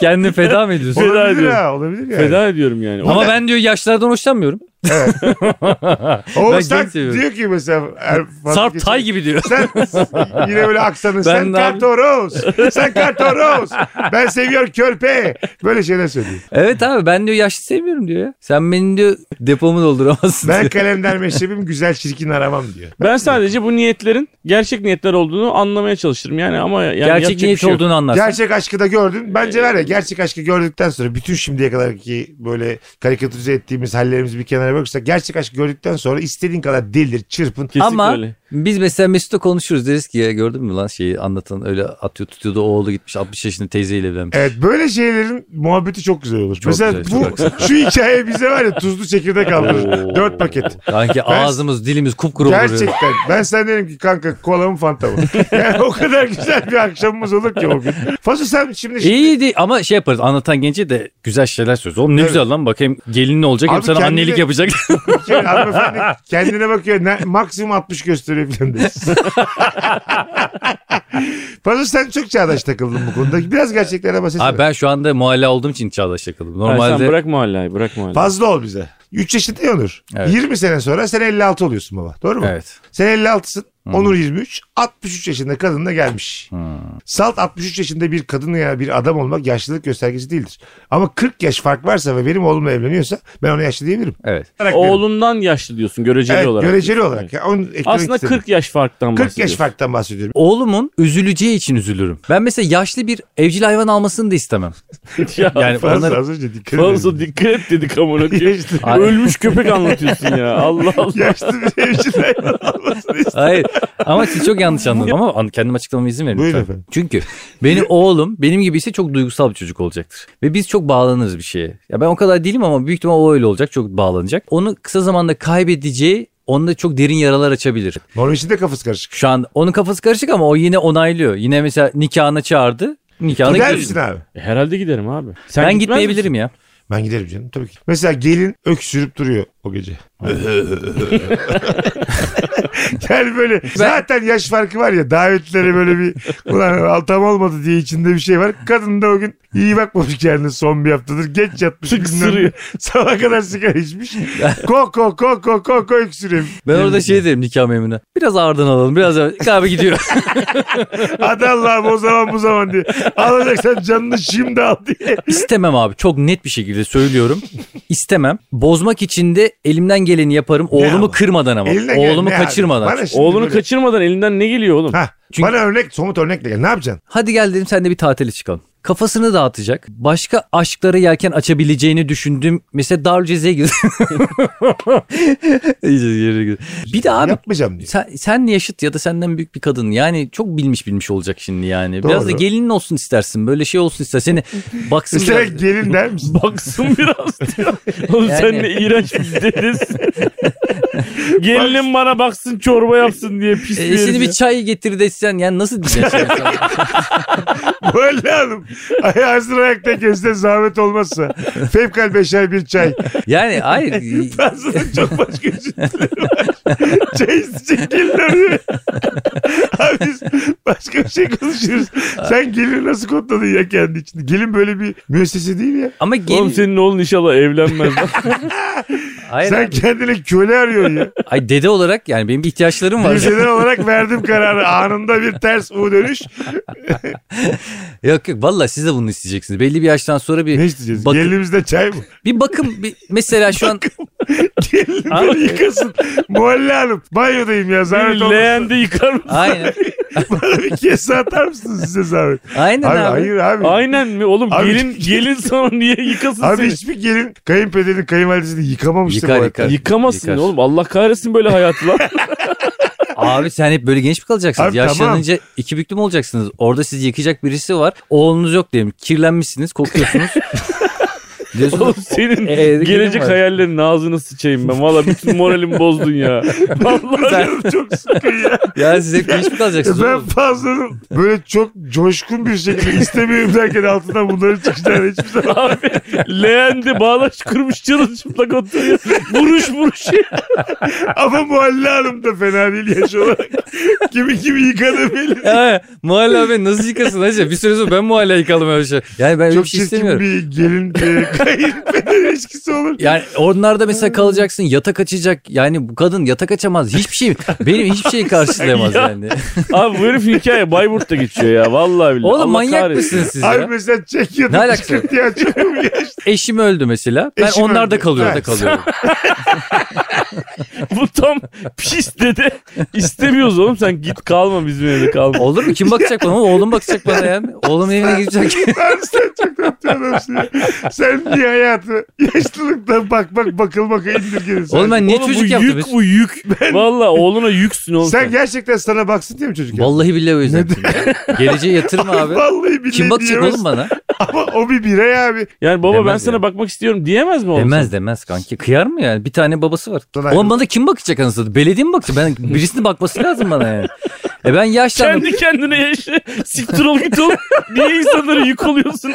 [SPEAKER 3] Kendini feda mı ediyorsun?
[SPEAKER 2] Feda
[SPEAKER 1] Olabilir
[SPEAKER 2] ediyorum.
[SPEAKER 1] ha olabilir yani.
[SPEAKER 2] feda ediyorum yani. O-
[SPEAKER 3] Ama ben diyor yaşlardan hoşlanmıyorum.
[SPEAKER 1] Oğuz
[SPEAKER 3] Ben
[SPEAKER 1] sen
[SPEAKER 3] genç seviyorum.
[SPEAKER 1] diyor ki mesela. Er,
[SPEAKER 3] Sarp Tay gibi diyor.
[SPEAKER 1] Sen yine böyle aksanın. sen
[SPEAKER 3] Ben abi-
[SPEAKER 1] kartoroz. Sen kartoroz. Ben seviyorum körpe. Böyle şeyler söylüyor.
[SPEAKER 3] Evet abi ben diyor yaşlı sevmiyorum diyor ya. Sen beni diyor depomu dolduramazsın
[SPEAKER 1] Ben
[SPEAKER 3] diyor.
[SPEAKER 1] kalender meşrebim güzel çirkin aramam diyor.
[SPEAKER 2] Ben sadece bu niyetlerin gerçek niyetler olduğunu anlamaya çalışırım. Yani ama yani yapacak
[SPEAKER 3] Gerçek
[SPEAKER 2] bir
[SPEAKER 3] niyet
[SPEAKER 2] şey yok.
[SPEAKER 3] olduğunu anlarsın.
[SPEAKER 1] Gerçek aşkı da gördüm.
[SPEAKER 3] Ee,
[SPEAKER 1] Bence var ya gerçek aşkı gördükten sonra bütün şimdiye kadarki böyle karikatürize ettiğimiz hallerimizi bir kenara bırakırsak gerçek aşkı gördükten sonra istediğin kadar delir, çırpın.
[SPEAKER 2] Kesinlikle
[SPEAKER 3] Ama
[SPEAKER 2] öyle.
[SPEAKER 3] biz mesela Mesut'la konuşuruz deriz ki ya gördün mü lan şeyi anlatan öyle atıyor tutuyordu oğlu gitmiş 60 yaşında teyzeyle evlenmiş.
[SPEAKER 1] Evet böyle şeylerin muhabbeti çok güzel olur.
[SPEAKER 3] Çok
[SPEAKER 1] Mesela
[SPEAKER 3] güzel, çok
[SPEAKER 1] bu şu hikaye bize var ya tuzlu çekirdek aldırır.
[SPEAKER 2] Oo.
[SPEAKER 1] Dört paket.
[SPEAKER 3] Sanki ağzımız dilimiz kupkuru olur.
[SPEAKER 1] Gerçekten. Ben sana derim ki kanka kola mı fanta mı? Yani o kadar güzel bir akşamımız olur ki o gün. Fasu sen şimdi
[SPEAKER 3] İyiydi ama şey yaparız anlatan genci de güzel şeyler söylüyoruz. Oğlum ne
[SPEAKER 1] Evet.
[SPEAKER 3] güzel lan bak hem gelinin olacak hem
[SPEAKER 1] Abi
[SPEAKER 3] sana
[SPEAKER 1] kendine-
[SPEAKER 3] annelik yapacak.
[SPEAKER 1] şimdi Şey, hanımefendi kendine bakıyor. Ne, maksimum 60 gösteriyor falan diyorsun. Fasu sen çok çağdaş takıldın bu konuda. Biraz gerçeklere bahsetsene.
[SPEAKER 3] Abi ben şu anda muhalla olduğum için çağdaş takıldım.
[SPEAKER 2] Ha, sen
[SPEAKER 3] Normalde
[SPEAKER 2] bırak mahalleyi bırak mahalleyi.
[SPEAKER 1] Fazla ol bize. 3 yaşında ya Onur.
[SPEAKER 3] Evet.
[SPEAKER 1] 20 sene sonra sen 56 oluyorsun baba. Doğru mu?
[SPEAKER 3] Evet. Hmm.
[SPEAKER 1] Sen 56'sın. Onur 23. 63 yaşında kadınla gelmiş. Salt 63 yaşında bir kadın ya bir adam olmak yaşlılık göstergesi değildir. Ama 40 yaş fark varsa ve benim oğlumla evleniyorsa ben ona yaşlı diyebilirim.
[SPEAKER 3] evet.
[SPEAKER 2] Oğlundan yaşlı diyorsun göreceli
[SPEAKER 1] evet,
[SPEAKER 2] olarak.
[SPEAKER 1] göreceli olarak. Ya, onu eklemek
[SPEAKER 2] Aslında
[SPEAKER 1] istedim.
[SPEAKER 2] 40 yaş farktan
[SPEAKER 1] 40 yaş
[SPEAKER 2] bahsediyorsun.
[SPEAKER 1] farktan bahsediyorum.
[SPEAKER 3] Oğlumun üzüleceği için üzülürüm. Ben mesela yaşlı bir evcil hayvan almasını da istemem.
[SPEAKER 2] ya,
[SPEAKER 3] Yani
[SPEAKER 1] Fazla
[SPEAKER 3] onları
[SPEAKER 1] az önce dikkat
[SPEAKER 2] fazla
[SPEAKER 1] edin.
[SPEAKER 2] dikkat et dedik amına koyayım.
[SPEAKER 1] Yaşlı,
[SPEAKER 3] Ay.
[SPEAKER 2] Ölmüş köpek anlatıyorsun ya. Allah Allah.
[SPEAKER 1] yaşlı bir evcil hayvan almasını istedim.
[SPEAKER 3] Hayır ama siz çok yanlış anladınız ama an- kendim açıklamama izin verin.
[SPEAKER 1] Buyurun
[SPEAKER 3] lütfen.
[SPEAKER 1] efendim.
[SPEAKER 3] Çünkü benim oğlum benim gibi ise çok duygusal bir çocuk olacaktır. Ve biz çok bağlanırız bir şeye. Ya ben o kadar değilim ama büyük ihtimal o öyle olacak çok bağlanacak. Onu kısa zamanda kaybedeceği onda çok derin yaralar açabilir.
[SPEAKER 1] Norveç'in de kafası karışık.
[SPEAKER 3] Şu an onun kafası karışık ama o yine onaylıyor. Yine mesela nikahına çağırdı. Nikahına
[SPEAKER 1] Gider
[SPEAKER 3] gidiyorsun.
[SPEAKER 1] misin abi?
[SPEAKER 2] E, herhalde giderim abi. Sen
[SPEAKER 3] Ben
[SPEAKER 2] gitmez
[SPEAKER 3] gitmeyebilirim ya.
[SPEAKER 1] Ben giderim canım tabii ki. Mesela gelin öksürüp duruyor o gece. yani böyle zaten yaş farkı var ya davetlere böyle bir ulan altam olmadı diye içinde bir şey var. Kadın da o gün iyi bakmamış kendine son bir haftadır. Geç yatmış.
[SPEAKER 2] Tık
[SPEAKER 1] bilmem ne.
[SPEAKER 2] sırıyor.
[SPEAKER 1] Sabah kadar sigara içmiş. Ko ko ko ko ko ko öksürüyor.
[SPEAKER 3] Ben orada şey derim nikah memuruna. Biraz ağırdan alalım. Biraz ağır- abi gidiyor.
[SPEAKER 1] Hadi Allah'ım o zaman bu zaman diye. Alacaksan canını şimdi al diye.
[SPEAKER 3] İstemem abi. Çok net bir şekilde söylüyorum. İstemem. Bozmak için de elimden geleni yaparım. Oğlumu
[SPEAKER 1] ama?
[SPEAKER 3] kırmadan ama.
[SPEAKER 1] Eline gel-
[SPEAKER 3] Oğlumu
[SPEAKER 1] ne abi?
[SPEAKER 3] kaçırmadan.
[SPEAKER 1] Bana şimdi
[SPEAKER 2] Oğlunu
[SPEAKER 1] böyle-
[SPEAKER 2] kaçırmadan elinden ne geliyor oğlum?
[SPEAKER 1] Hah,
[SPEAKER 3] Çünkü-
[SPEAKER 1] Bana örnek somut örnekle gel. Ne yapacaksın?
[SPEAKER 3] Hadi gel dedim sen de bir tatile çıkalım. Kafasını dağıtacak. Başka aşklara yelken açabileceğini düşündüm. Mesela Darülceze'ye gir. İyice yere gir. bir de abi
[SPEAKER 1] Yapmayacağım diye.
[SPEAKER 3] sen, senle yaşıt ya da senden büyük bir kadın. Yani çok bilmiş bilmiş olacak şimdi yani. Biraz da
[SPEAKER 1] Doğru.
[SPEAKER 3] gelinin olsun istersin. Böyle şey olsun ister. Seni baksın.
[SPEAKER 1] Mesela
[SPEAKER 3] biraz.
[SPEAKER 1] gelin der misin?
[SPEAKER 2] Baksın biraz diyor. Oğlum sen
[SPEAKER 3] Yani-
[SPEAKER 2] ne iğrenç bir dedesin. Gelinim bana baksın çorba yapsın diye pis
[SPEAKER 3] E,
[SPEAKER 2] bir
[SPEAKER 3] şimdi
[SPEAKER 2] herif
[SPEAKER 3] bir
[SPEAKER 2] ya.
[SPEAKER 3] çay getir desen yani nasıl diyeceksin? sen?
[SPEAKER 1] Böyle hanım. Ay, hazır ayakta kezde zahmet olmazsa. Fevkal beşer bir çay.
[SPEAKER 3] yani hayır.
[SPEAKER 1] Tarzının çok başka üzüntüleri var. Çay isteyecek gelin arıyor. Abi biz başka bir şey konuşuyoruz. Sen gelini nasıl kodladın ya kendi içinde? Gelin böyle bir müessese değil ya.
[SPEAKER 3] Ama gelin.
[SPEAKER 2] Oğlum senin oğlun inşallah evlenmez.
[SPEAKER 3] Hayır,
[SPEAKER 1] Sen
[SPEAKER 3] abi.
[SPEAKER 1] kendine köle arıyorsun ya.
[SPEAKER 3] Ay dede olarak yani benim ihtiyaçlarım var.
[SPEAKER 1] Müjdeler olarak verdim kararı. Anında bir ters U dönüş.
[SPEAKER 3] yok yok valla siz de bunu isteyeceksiniz. Belli bir yaştan sonra bir
[SPEAKER 1] Ne isteyeceğiz?
[SPEAKER 3] Bakın-
[SPEAKER 1] Gelinimizde çay mı?
[SPEAKER 3] bir bakım bir, mesela şu an
[SPEAKER 1] Gelin beni yıkasın. Muhalle Hanım banyodayım ya zahmet
[SPEAKER 2] Bir
[SPEAKER 1] olmasın.
[SPEAKER 2] leğende yıkar mısın?
[SPEAKER 3] aynen
[SPEAKER 1] Bana bir kese atar mısınız size zahmet?
[SPEAKER 3] aynen
[SPEAKER 1] Abi,
[SPEAKER 3] abi.
[SPEAKER 1] hayır abi.
[SPEAKER 2] Aynen mi oğlum?
[SPEAKER 1] Abi-
[SPEAKER 2] gelin gelin sana niye yıkasın
[SPEAKER 1] Abi
[SPEAKER 2] seni?
[SPEAKER 1] hiçbir gelin kayınpederini kayınvalidesini yıkamamıştır
[SPEAKER 3] Yıkar,
[SPEAKER 1] bu
[SPEAKER 3] yıkar.
[SPEAKER 1] hayatta.
[SPEAKER 2] Yıkamasın
[SPEAKER 3] Yıkar.
[SPEAKER 2] oğlum. Allah kahretsin böyle hayatı lan.
[SPEAKER 3] Abi sen hep böyle genç mi kalacaksınız?
[SPEAKER 1] Abi
[SPEAKER 3] Yaşlanınca iki büklüm olacaksınız. Orada sizi yıkayacak birisi var. Oğlunuz yok diyelim. Kirlenmişsiniz, kokuyorsunuz. Diyorsunuz,
[SPEAKER 2] Oğlum senin
[SPEAKER 3] E, e,
[SPEAKER 2] gelecek
[SPEAKER 3] var.
[SPEAKER 2] hayallerin ağzını sıçayım ben. Valla bütün moralimi bozdun ya. Vallahi
[SPEAKER 1] Canım çok sıkın ya.
[SPEAKER 3] ya siz hep genç mi kalacaksınız?
[SPEAKER 1] ben
[SPEAKER 3] oğlum?
[SPEAKER 1] fazlanım. Böyle çok coşkun bir şekilde istemiyorum derken altından bunları çıkacağını hiçbir zaman.
[SPEAKER 2] abi leğende bağlaç kırmış canı çıplak oturuyor. Vuruş vuruş.
[SPEAKER 1] Ama Muhalle Hanım da fena değil yaş olarak. Kimi kimi yıkadı belli.
[SPEAKER 3] Ya, Muhalle abi nasıl yıkasın hacı? Bir süre sonra ben Muhalle yıkalım öyle şey. Yani ben öyle
[SPEAKER 1] Çok
[SPEAKER 3] bir şey
[SPEAKER 1] çirkin
[SPEAKER 3] istemiyorum.
[SPEAKER 1] bir gelin e, kayınpeder ilişkisi olur.
[SPEAKER 3] Yani onlarda mesela kalacaksın yatak açacak. Yani bu kadın yatak açamaz. Hiçbir şey benim hiçbir şeyi karşılayamaz
[SPEAKER 2] Ya.
[SPEAKER 3] yani.
[SPEAKER 2] Abi bu herif hikaye Bayburt'ta geçiyor ya. Vallahi billahi.
[SPEAKER 3] Oğlum
[SPEAKER 2] Allah
[SPEAKER 3] manyak
[SPEAKER 2] kahretsin.
[SPEAKER 3] mısınız siz
[SPEAKER 1] Abi
[SPEAKER 3] ya?
[SPEAKER 1] mesela çek
[SPEAKER 3] Ne
[SPEAKER 1] yatıp
[SPEAKER 3] alakası
[SPEAKER 1] çıkıp diye açıyorum ya.
[SPEAKER 3] Eşim öldü mesela. Ben
[SPEAKER 1] Eşim
[SPEAKER 3] onlarda
[SPEAKER 1] öldü.
[SPEAKER 3] kalıyor da
[SPEAKER 1] Evet.
[SPEAKER 3] kalıyorum.
[SPEAKER 2] Bu tam pis dede. İstemiyoruz oğlum sen git kalma bizim evde kalma.
[SPEAKER 3] Olur mu? Kim bakacak bana? Oğlum bakacak bana yani. Oğlum evine gidecek.
[SPEAKER 1] Abi sen çok tatlı adamsın ya. Sen niye hayatı yaşlılıktan bakmak bakılmaka indirgedin.
[SPEAKER 3] Oğlum ben niye
[SPEAKER 2] Oğlum
[SPEAKER 3] çocuk
[SPEAKER 2] bu
[SPEAKER 3] yaptım?
[SPEAKER 2] yük bu yük. Vallahi oğluna yüksün oğlum sen.
[SPEAKER 1] Sen gerçekten sana baksın diye mi çocuk ya?
[SPEAKER 3] Vallahi billahi o yüzden. Geleceğe yatırma abi.
[SPEAKER 1] Vallahi billahi
[SPEAKER 3] Kim bakacak
[SPEAKER 1] diyemez.
[SPEAKER 3] oğlum bana?
[SPEAKER 1] Ama o bir birey abi.
[SPEAKER 2] Yani baba ben
[SPEAKER 3] Demez
[SPEAKER 2] sana
[SPEAKER 3] ya.
[SPEAKER 2] bakmak istiyorum diyemez mi oğlum? sen?
[SPEAKER 3] Demez demez kanki. Kıyar mı yani? Bir tane babası var.
[SPEAKER 1] Dur, hayır.
[SPEAKER 3] Oğlum bana kim bakacak anasını? satayım? Belediye mi bakacak? Ben birisinin bakması lazım bana yani. E ben yaşlandım.
[SPEAKER 2] Kendi kendine yaşa. Siktir ol git oğlum. Niye insanlara yük oluyorsun?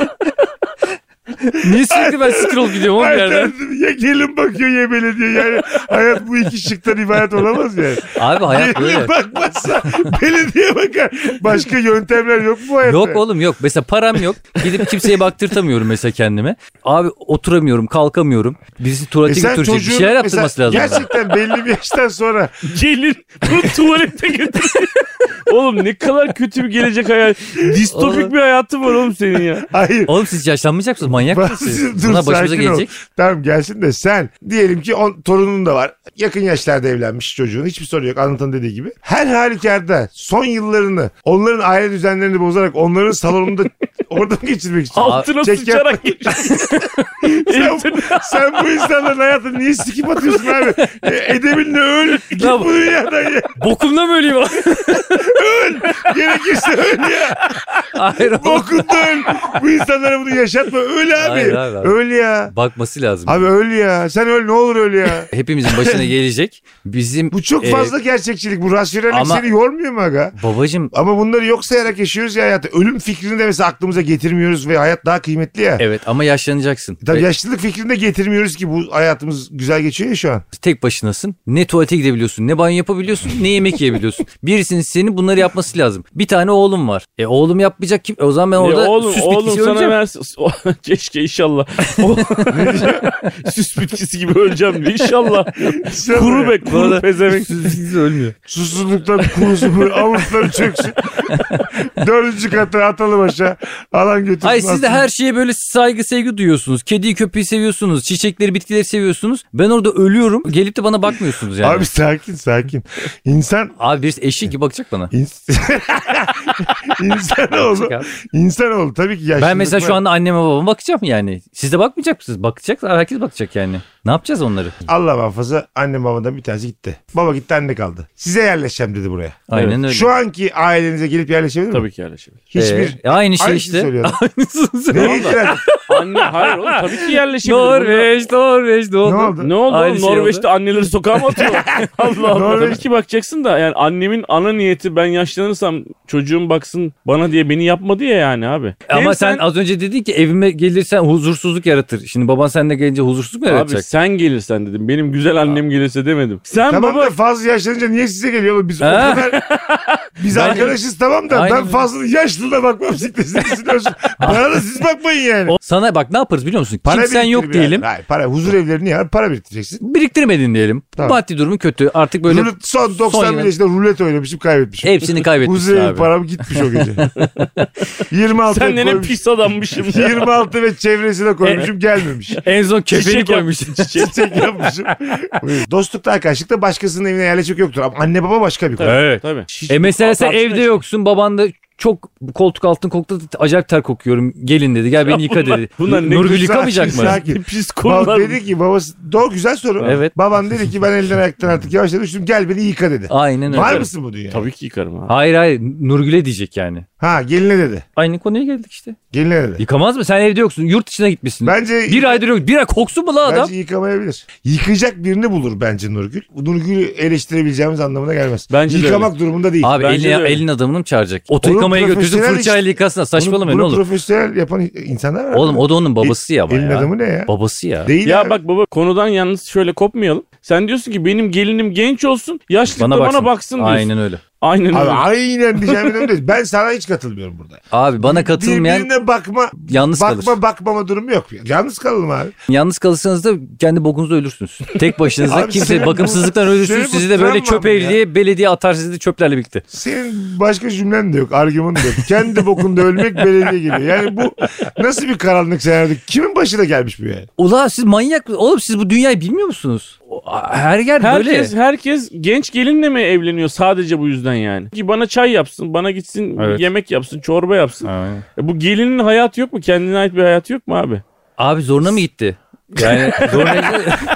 [SPEAKER 3] Niye sürekli ben scroll gidiyorum oğlum bir yerden?
[SPEAKER 1] Alternatif ya gelin bakıyor ya belediye. Yani hayat bu iki şıktan ibaret olamaz yani.
[SPEAKER 3] Abi hayat böyle.
[SPEAKER 1] Gelin bakmazsa belediye bakar. Başka yöntemler yok mu bu hayatta?
[SPEAKER 3] Yok oğlum yok. Mesela param yok. Gidip kimseye baktırtamıyorum mesela kendime. Abi oturamıyorum, kalkamıyorum. Birisi tuvalete götürecek. Bir şeyler yaptırması
[SPEAKER 1] E mesela
[SPEAKER 3] lazım. bana.
[SPEAKER 1] Gerçekten belli bir yaştan sonra
[SPEAKER 2] Gelin bunu tuvalete götür. oğlum ne kadar kötü bir gelecek hayal. Distopik
[SPEAKER 3] Oğlum.
[SPEAKER 2] bir hayatın var oğlum senin ya.
[SPEAKER 1] hayır
[SPEAKER 3] Oğlum siz yaşlanmayacak mısınız? Manyak
[SPEAKER 1] Bak,
[SPEAKER 3] mısınız?
[SPEAKER 1] dur,
[SPEAKER 3] Buna başımıza
[SPEAKER 1] sakin ol.
[SPEAKER 3] gelecek.
[SPEAKER 1] Tamam gelsin de sen diyelim ki on, torunun da var. Yakın yaşlarda evlenmiş çocuğun. Hiçbir sorun yok anlatan dediği gibi. Her halükarda son yıllarını onların aile düzenlerini bozarak onların salonunda orada mı geçirmek için?
[SPEAKER 2] Altına
[SPEAKER 1] çek
[SPEAKER 2] sıçarak geçiyor.
[SPEAKER 1] sen, sen bu insanların hayatını niye sikip atıyorsun abi? E, Edebinle öl. Git
[SPEAKER 3] Tamam.
[SPEAKER 1] bu dünyadan ya.
[SPEAKER 3] Bokumla mı öleyim?
[SPEAKER 1] Gerekirse öl ya.
[SPEAKER 3] Hayır oğlum.
[SPEAKER 1] Bokunda öl. Bu insanlara bunu yaşatma. Öl abi.
[SPEAKER 3] Hayır, hayır, hayır.
[SPEAKER 1] Öl ya.
[SPEAKER 3] Bakması lazım.
[SPEAKER 1] Abi öl ya. Sen öl ne olur öl ya.
[SPEAKER 3] Hepimizin başına gelecek. Bizim
[SPEAKER 1] Bu çok
[SPEAKER 3] Ee,
[SPEAKER 1] fazla gerçekçilik. Bu rasyonellik
[SPEAKER 3] ama-
[SPEAKER 1] seni yormuyor mu aga?
[SPEAKER 3] babacım
[SPEAKER 1] Ama bunları yok sayarak yaşıyoruz ya hayatı. Ölüm fikrini de mesela aklımıza getirmiyoruz ve hayat daha kıymetli ya.
[SPEAKER 3] evet ama yaşlanacaksın.
[SPEAKER 1] Tabii
[SPEAKER 3] Ve
[SPEAKER 1] yaşlılık fikrini de getirmiyoruz ki bu hayatımız güzel geçiyor ya şu an.
[SPEAKER 3] Tek başınasın. Ne tuvalete gidebiliyorsun, ne banyo yapabiliyorsun, ne yemek yiyebiliyorsun. Birisinin senin bunları yapması lazım. Bir tane oğlum var. E oğlum yapmayacak kim? E, o zaman ben orada
[SPEAKER 2] Ya oğlum,
[SPEAKER 3] süs
[SPEAKER 2] oğlum
[SPEAKER 3] bitkisi
[SPEAKER 2] sana
[SPEAKER 3] öleceğim.
[SPEAKER 2] versin. Keşke inşallah. Süs bitkisi gibi öleceğim diye inşallah. Kuru be kuru
[SPEAKER 3] Vallahi-
[SPEAKER 2] pezevenk.
[SPEAKER 3] Süs bitkisi ölmüyor.
[SPEAKER 1] Susuzluktan kurusu böyle avurtları çöksün. Dördüncü kata atalım aşağı. Alan götürsün.
[SPEAKER 3] Hayır siz de
[SPEAKER 1] atsın.
[SPEAKER 3] her şeye böyle saygı sevgi duyuyorsunuz. Kediyi köpeği seviyorsunuz. Çiçekleri bitkileri seviyorsunuz. Ben orada ölüyorum. Gelip de bana bakmıyorsunuz yani.
[SPEAKER 1] Abi
[SPEAKER 3] Abi,
[SPEAKER 1] sakin sakin. İnsan
[SPEAKER 3] birisi eşek gibi bakacak bana.
[SPEAKER 1] ins- insan oldu.
[SPEAKER 3] Bakacak abi.
[SPEAKER 1] İnsan oldu tabii ki yaşlılık.
[SPEAKER 3] Ben mesela şu
[SPEAKER 1] var.
[SPEAKER 3] anda anneme babama bakacağım yani. Siz de bakmayacak mısınız? Bakacaklar. Herkes bakacak yani. Ne yapacağız onları?
[SPEAKER 1] Allah muhafaza annem babadan bir tanesi gitti. Baba gitti anne kaldı. Size yerleşeceğim dedi buraya.
[SPEAKER 3] Aynen
[SPEAKER 2] Evet.
[SPEAKER 3] öyle.
[SPEAKER 1] Şu anki ailenize gelip yerleşebilir mi?
[SPEAKER 2] Tabii ki yerleşebilir.
[SPEAKER 1] Hiçbir
[SPEAKER 3] Ee, aynı şey
[SPEAKER 1] Aynısını
[SPEAKER 3] işte.
[SPEAKER 1] söylüyorum.
[SPEAKER 3] Aynısını
[SPEAKER 1] Neye
[SPEAKER 3] söylüyorum.
[SPEAKER 1] itiraz-
[SPEAKER 2] Anne hayır oğlum tabii ki yerleşebilir.
[SPEAKER 3] Norveç, Norveç ne
[SPEAKER 1] Ne
[SPEAKER 3] oldu?
[SPEAKER 1] oldu?
[SPEAKER 2] Ne oldu
[SPEAKER 3] Aynı
[SPEAKER 2] oğlum?
[SPEAKER 3] şey
[SPEAKER 2] Norveç'te anneleri sokağa mı atıyor? Allah Allah.
[SPEAKER 1] Norveç-
[SPEAKER 2] Tabii ki bakacaksın da yani annemin ana niyeti ben yaşlanırsam çocuğum baksın bana diye beni yapmadı ya yani abi.
[SPEAKER 3] Ama
[SPEAKER 2] Hem
[SPEAKER 3] sen, az önce dedin ki evime gelirsen huzursuzluk yaratır. Şimdi baban seninle gelince huzursuzluk mu yaratacak?
[SPEAKER 2] Abi sen gelirsen dedim. Benim güzel annem gelirse demedim. Sen
[SPEAKER 1] Tamam
[SPEAKER 2] baba
[SPEAKER 1] da fazla yaşlanınca niye size geliyor oğlum? Biz o
[SPEAKER 3] Ha?
[SPEAKER 1] kadar... Biz
[SPEAKER 3] Ben-
[SPEAKER 1] arkadaşız tamam da
[SPEAKER 3] Aynen
[SPEAKER 1] ben
[SPEAKER 3] öyle.
[SPEAKER 1] fazla yaşlılığına bakmam siklesin. Bana da siz bakmayın yani.
[SPEAKER 3] O- Sana bak ne yaparız biliyor musun? Kimsen yok
[SPEAKER 1] biriktir bir
[SPEAKER 3] diyelim.
[SPEAKER 1] yer. Hayır para huzur evlerini ya para biriktireceksin.
[SPEAKER 3] Biriktiremedin diyelim.
[SPEAKER 1] Tamam.
[SPEAKER 3] Maddi durumu kötü. Artık böyle
[SPEAKER 1] Rulet- son 90 bin
[SPEAKER 3] yıl-
[SPEAKER 1] yaşında rulet oynamışım kaybetmişim.
[SPEAKER 3] hepsini
[SPEAKER 1] Huzur
[SPEAKER 3] kaybetmişsin
[SPEAKER 1] evi
[SPEAKER 3] abi.
[SPEAKER 1] param gitmiş o gece. 26
[SPEAKER 2] sen
[SPEAKER 1] koymuşum.
[SPEAKER 2] ne ne pis adammışım. ya.
[SPEAKER 1] 26 ve çevresine koymuşum gelmemiş.
[SPEAKER 3] En son kefeni
[SPEAKER 2] Çiçek yap-
[SPEAKER 3] koymuşsun.
[SPEAKER 1] Çiçek yapmışım. Dostlukta arkadaşlıkta başkasının evine yerleşik yoktur. Ama anne baba başka bir konu.
[SPEAKER 3] evet.
[SPEAKER 2] Tabii.
[SPEAKER 3] E mesela sen
[SPEAKER 2] Tartışma
[SPEAKER 3] evde
[SPEAKER 2] işte.
[SPEAKER 3] yoksun. Baban da çok koltuk altın kokladı. Acayip ter kokuyorum. Gelin dedi. Gel beni yıka
[SPEAKER 2] bunlar-
[SPEAKER 3] dedi.
[SPEAKER 2] bunlar ne
[SPEAKER 3] Nurgül
[SPEAKER 1] güzel-
[SPEAKER 3] yıkamayacak mı?
[SPEAKER 1] güzel- Sakin.
[SPEAKER 2] Pis konular.
[SPEAKER 1] Baba dedi ki babası doğru güzel soru.
[SPEAKER 3] Evet.
[SPEAKER 1] Baban dedi ki ben elden ayaktan artık yavaştan düştüm gel beni yıka dedi.
[SPEAKER 3] Aynen öyle.
[SPEAKER 1] Var mısın bu dünya?
[SPEAKER 2] Tabii ki yıkarım abi.
[SPEAKER 3] Hayır hayır. Nurgül'e diyecek yani.
[SPEAKER 1] Ha geline dedi.
[SPEAKER 3] Aynı konuya geldik işte.
[SPEAKER 1] Geline dedi.
[SPEAKER 3] Yıkamaz mı? Sen evde yoksun. Yurt dışına gitmişsin.
[SPEAKER 1] Bence
[SPEAKER 3] Bir aydır yok. Bir ay koksun mu lan adam?
[SPEAKER 1] Bence yıkamayabilir. Yıkayacak birini bulur bence Nurgül. Nurgül'ü eleştirebileceğimiz anlamına gelmez.
[SPEAKER 2] Bence de
[SPEAKER 1] Yıkamak durumunda değil.
[SPEAKER 3] Abi
[SPEAKER 2] Bence
[SPEAKER 3] elini,
[SPEAKER 2] de öyle.
[SPEAKER 3] elinin adamını mı çağıracak? Oto
[SPEAKER 1] Oğlum
[SPEAKER 3] yıkamaya götürsün
[SPEAKER 1] profesyonel
[SPEAKER 3] fırçayla yıkasın. Saçmalamayın
[SPEAKER 1] bunu, bunu
[SPEAKER 3] oğlum.
[SPEAKER 1] profesyonel yapan insanlar var. E,
[SPEAKER 3] Oğlum o da onun babası ya ama
[SPEAKER 1] Elin
[SPEAKER 3] ya.
[SPEAKER 1] adamı ne ya?
[SPEAKER 3] Babası ya.
[SPEAKER 1] Değil
[SPEAKER 2] Ya
[SPEAKER 1] abi.
[SPEAKER 2] bak baba konudan yalnız şöyle kopmayalım. Sen diyorsun ki benim gelinim genç olsun, yaşlılıkta bana baksın, diyorsun. Aynen,
[SPEAKER 3] Aynen öyle.
[SPEAKER 1] Abi
[SPEAKER 2] öyle.
[SPEAKER 1] aynen diyeceğimin önünde. Ben sana hiç katılmıyorum burada.
[SPEAKER 3] Abi bana katılmayan
[SPEAKER 1] Birbirine bakma
[SPEAKER 3] yalnız
[SPEAKER 1] bakma
[SPEAKER 3] kalır.
[SPEAKER 1] bakmama durumu yok. Yalnız kalalım abi.
[SPEAKER 3] Yalnız kalırsanız da kendi bokunuzda ölürsünüz. Tek başınıza
[SPEAKER 1] Abi senin
[SPEAKER 3] kimse
[SPEAKER 1] bu-
[SPEAKER 3] bakımsızlıktan
[SPEAKER 1] senin bu
[SPEAKER 3] ölürsünüz. Sizi de böyle
[SPEAKER 1] travman
[SPEAKER 3] çöp
[SPEAKER 1] mı ya?
[SPEAKER 3] evliye belediye atar sizi de çöplerle birlikte.
[SPEAKER 1] Senin başka cümlen de yok, argümanın da yok. Kendi bokunda ölmek belediye geliyor. Yani bu nasıl bir karanlık senaryo? Kimin başına gelmiş bu yani?
[SPEAKER 3] Ula siz manyak mı? Oğlum siz bu dünyayı bilmiyor musunuz? O- Her yer böyle.
[SPEAKER 2] Herkes herkes genç gelinle mi evleniyor sadece bu yüzden yani? Ki bana çay yapsın, bana gitsin
[SPEAKER 3] Evet.
[SPEAKER 2] yemek yapsın, çorba yapsın. E bu gelinin hayatı yok mu? Kendine ait bir hayatı yok mu abi?
[SPEAKER 3] Abi zoruna mı gitti? Yani zoruna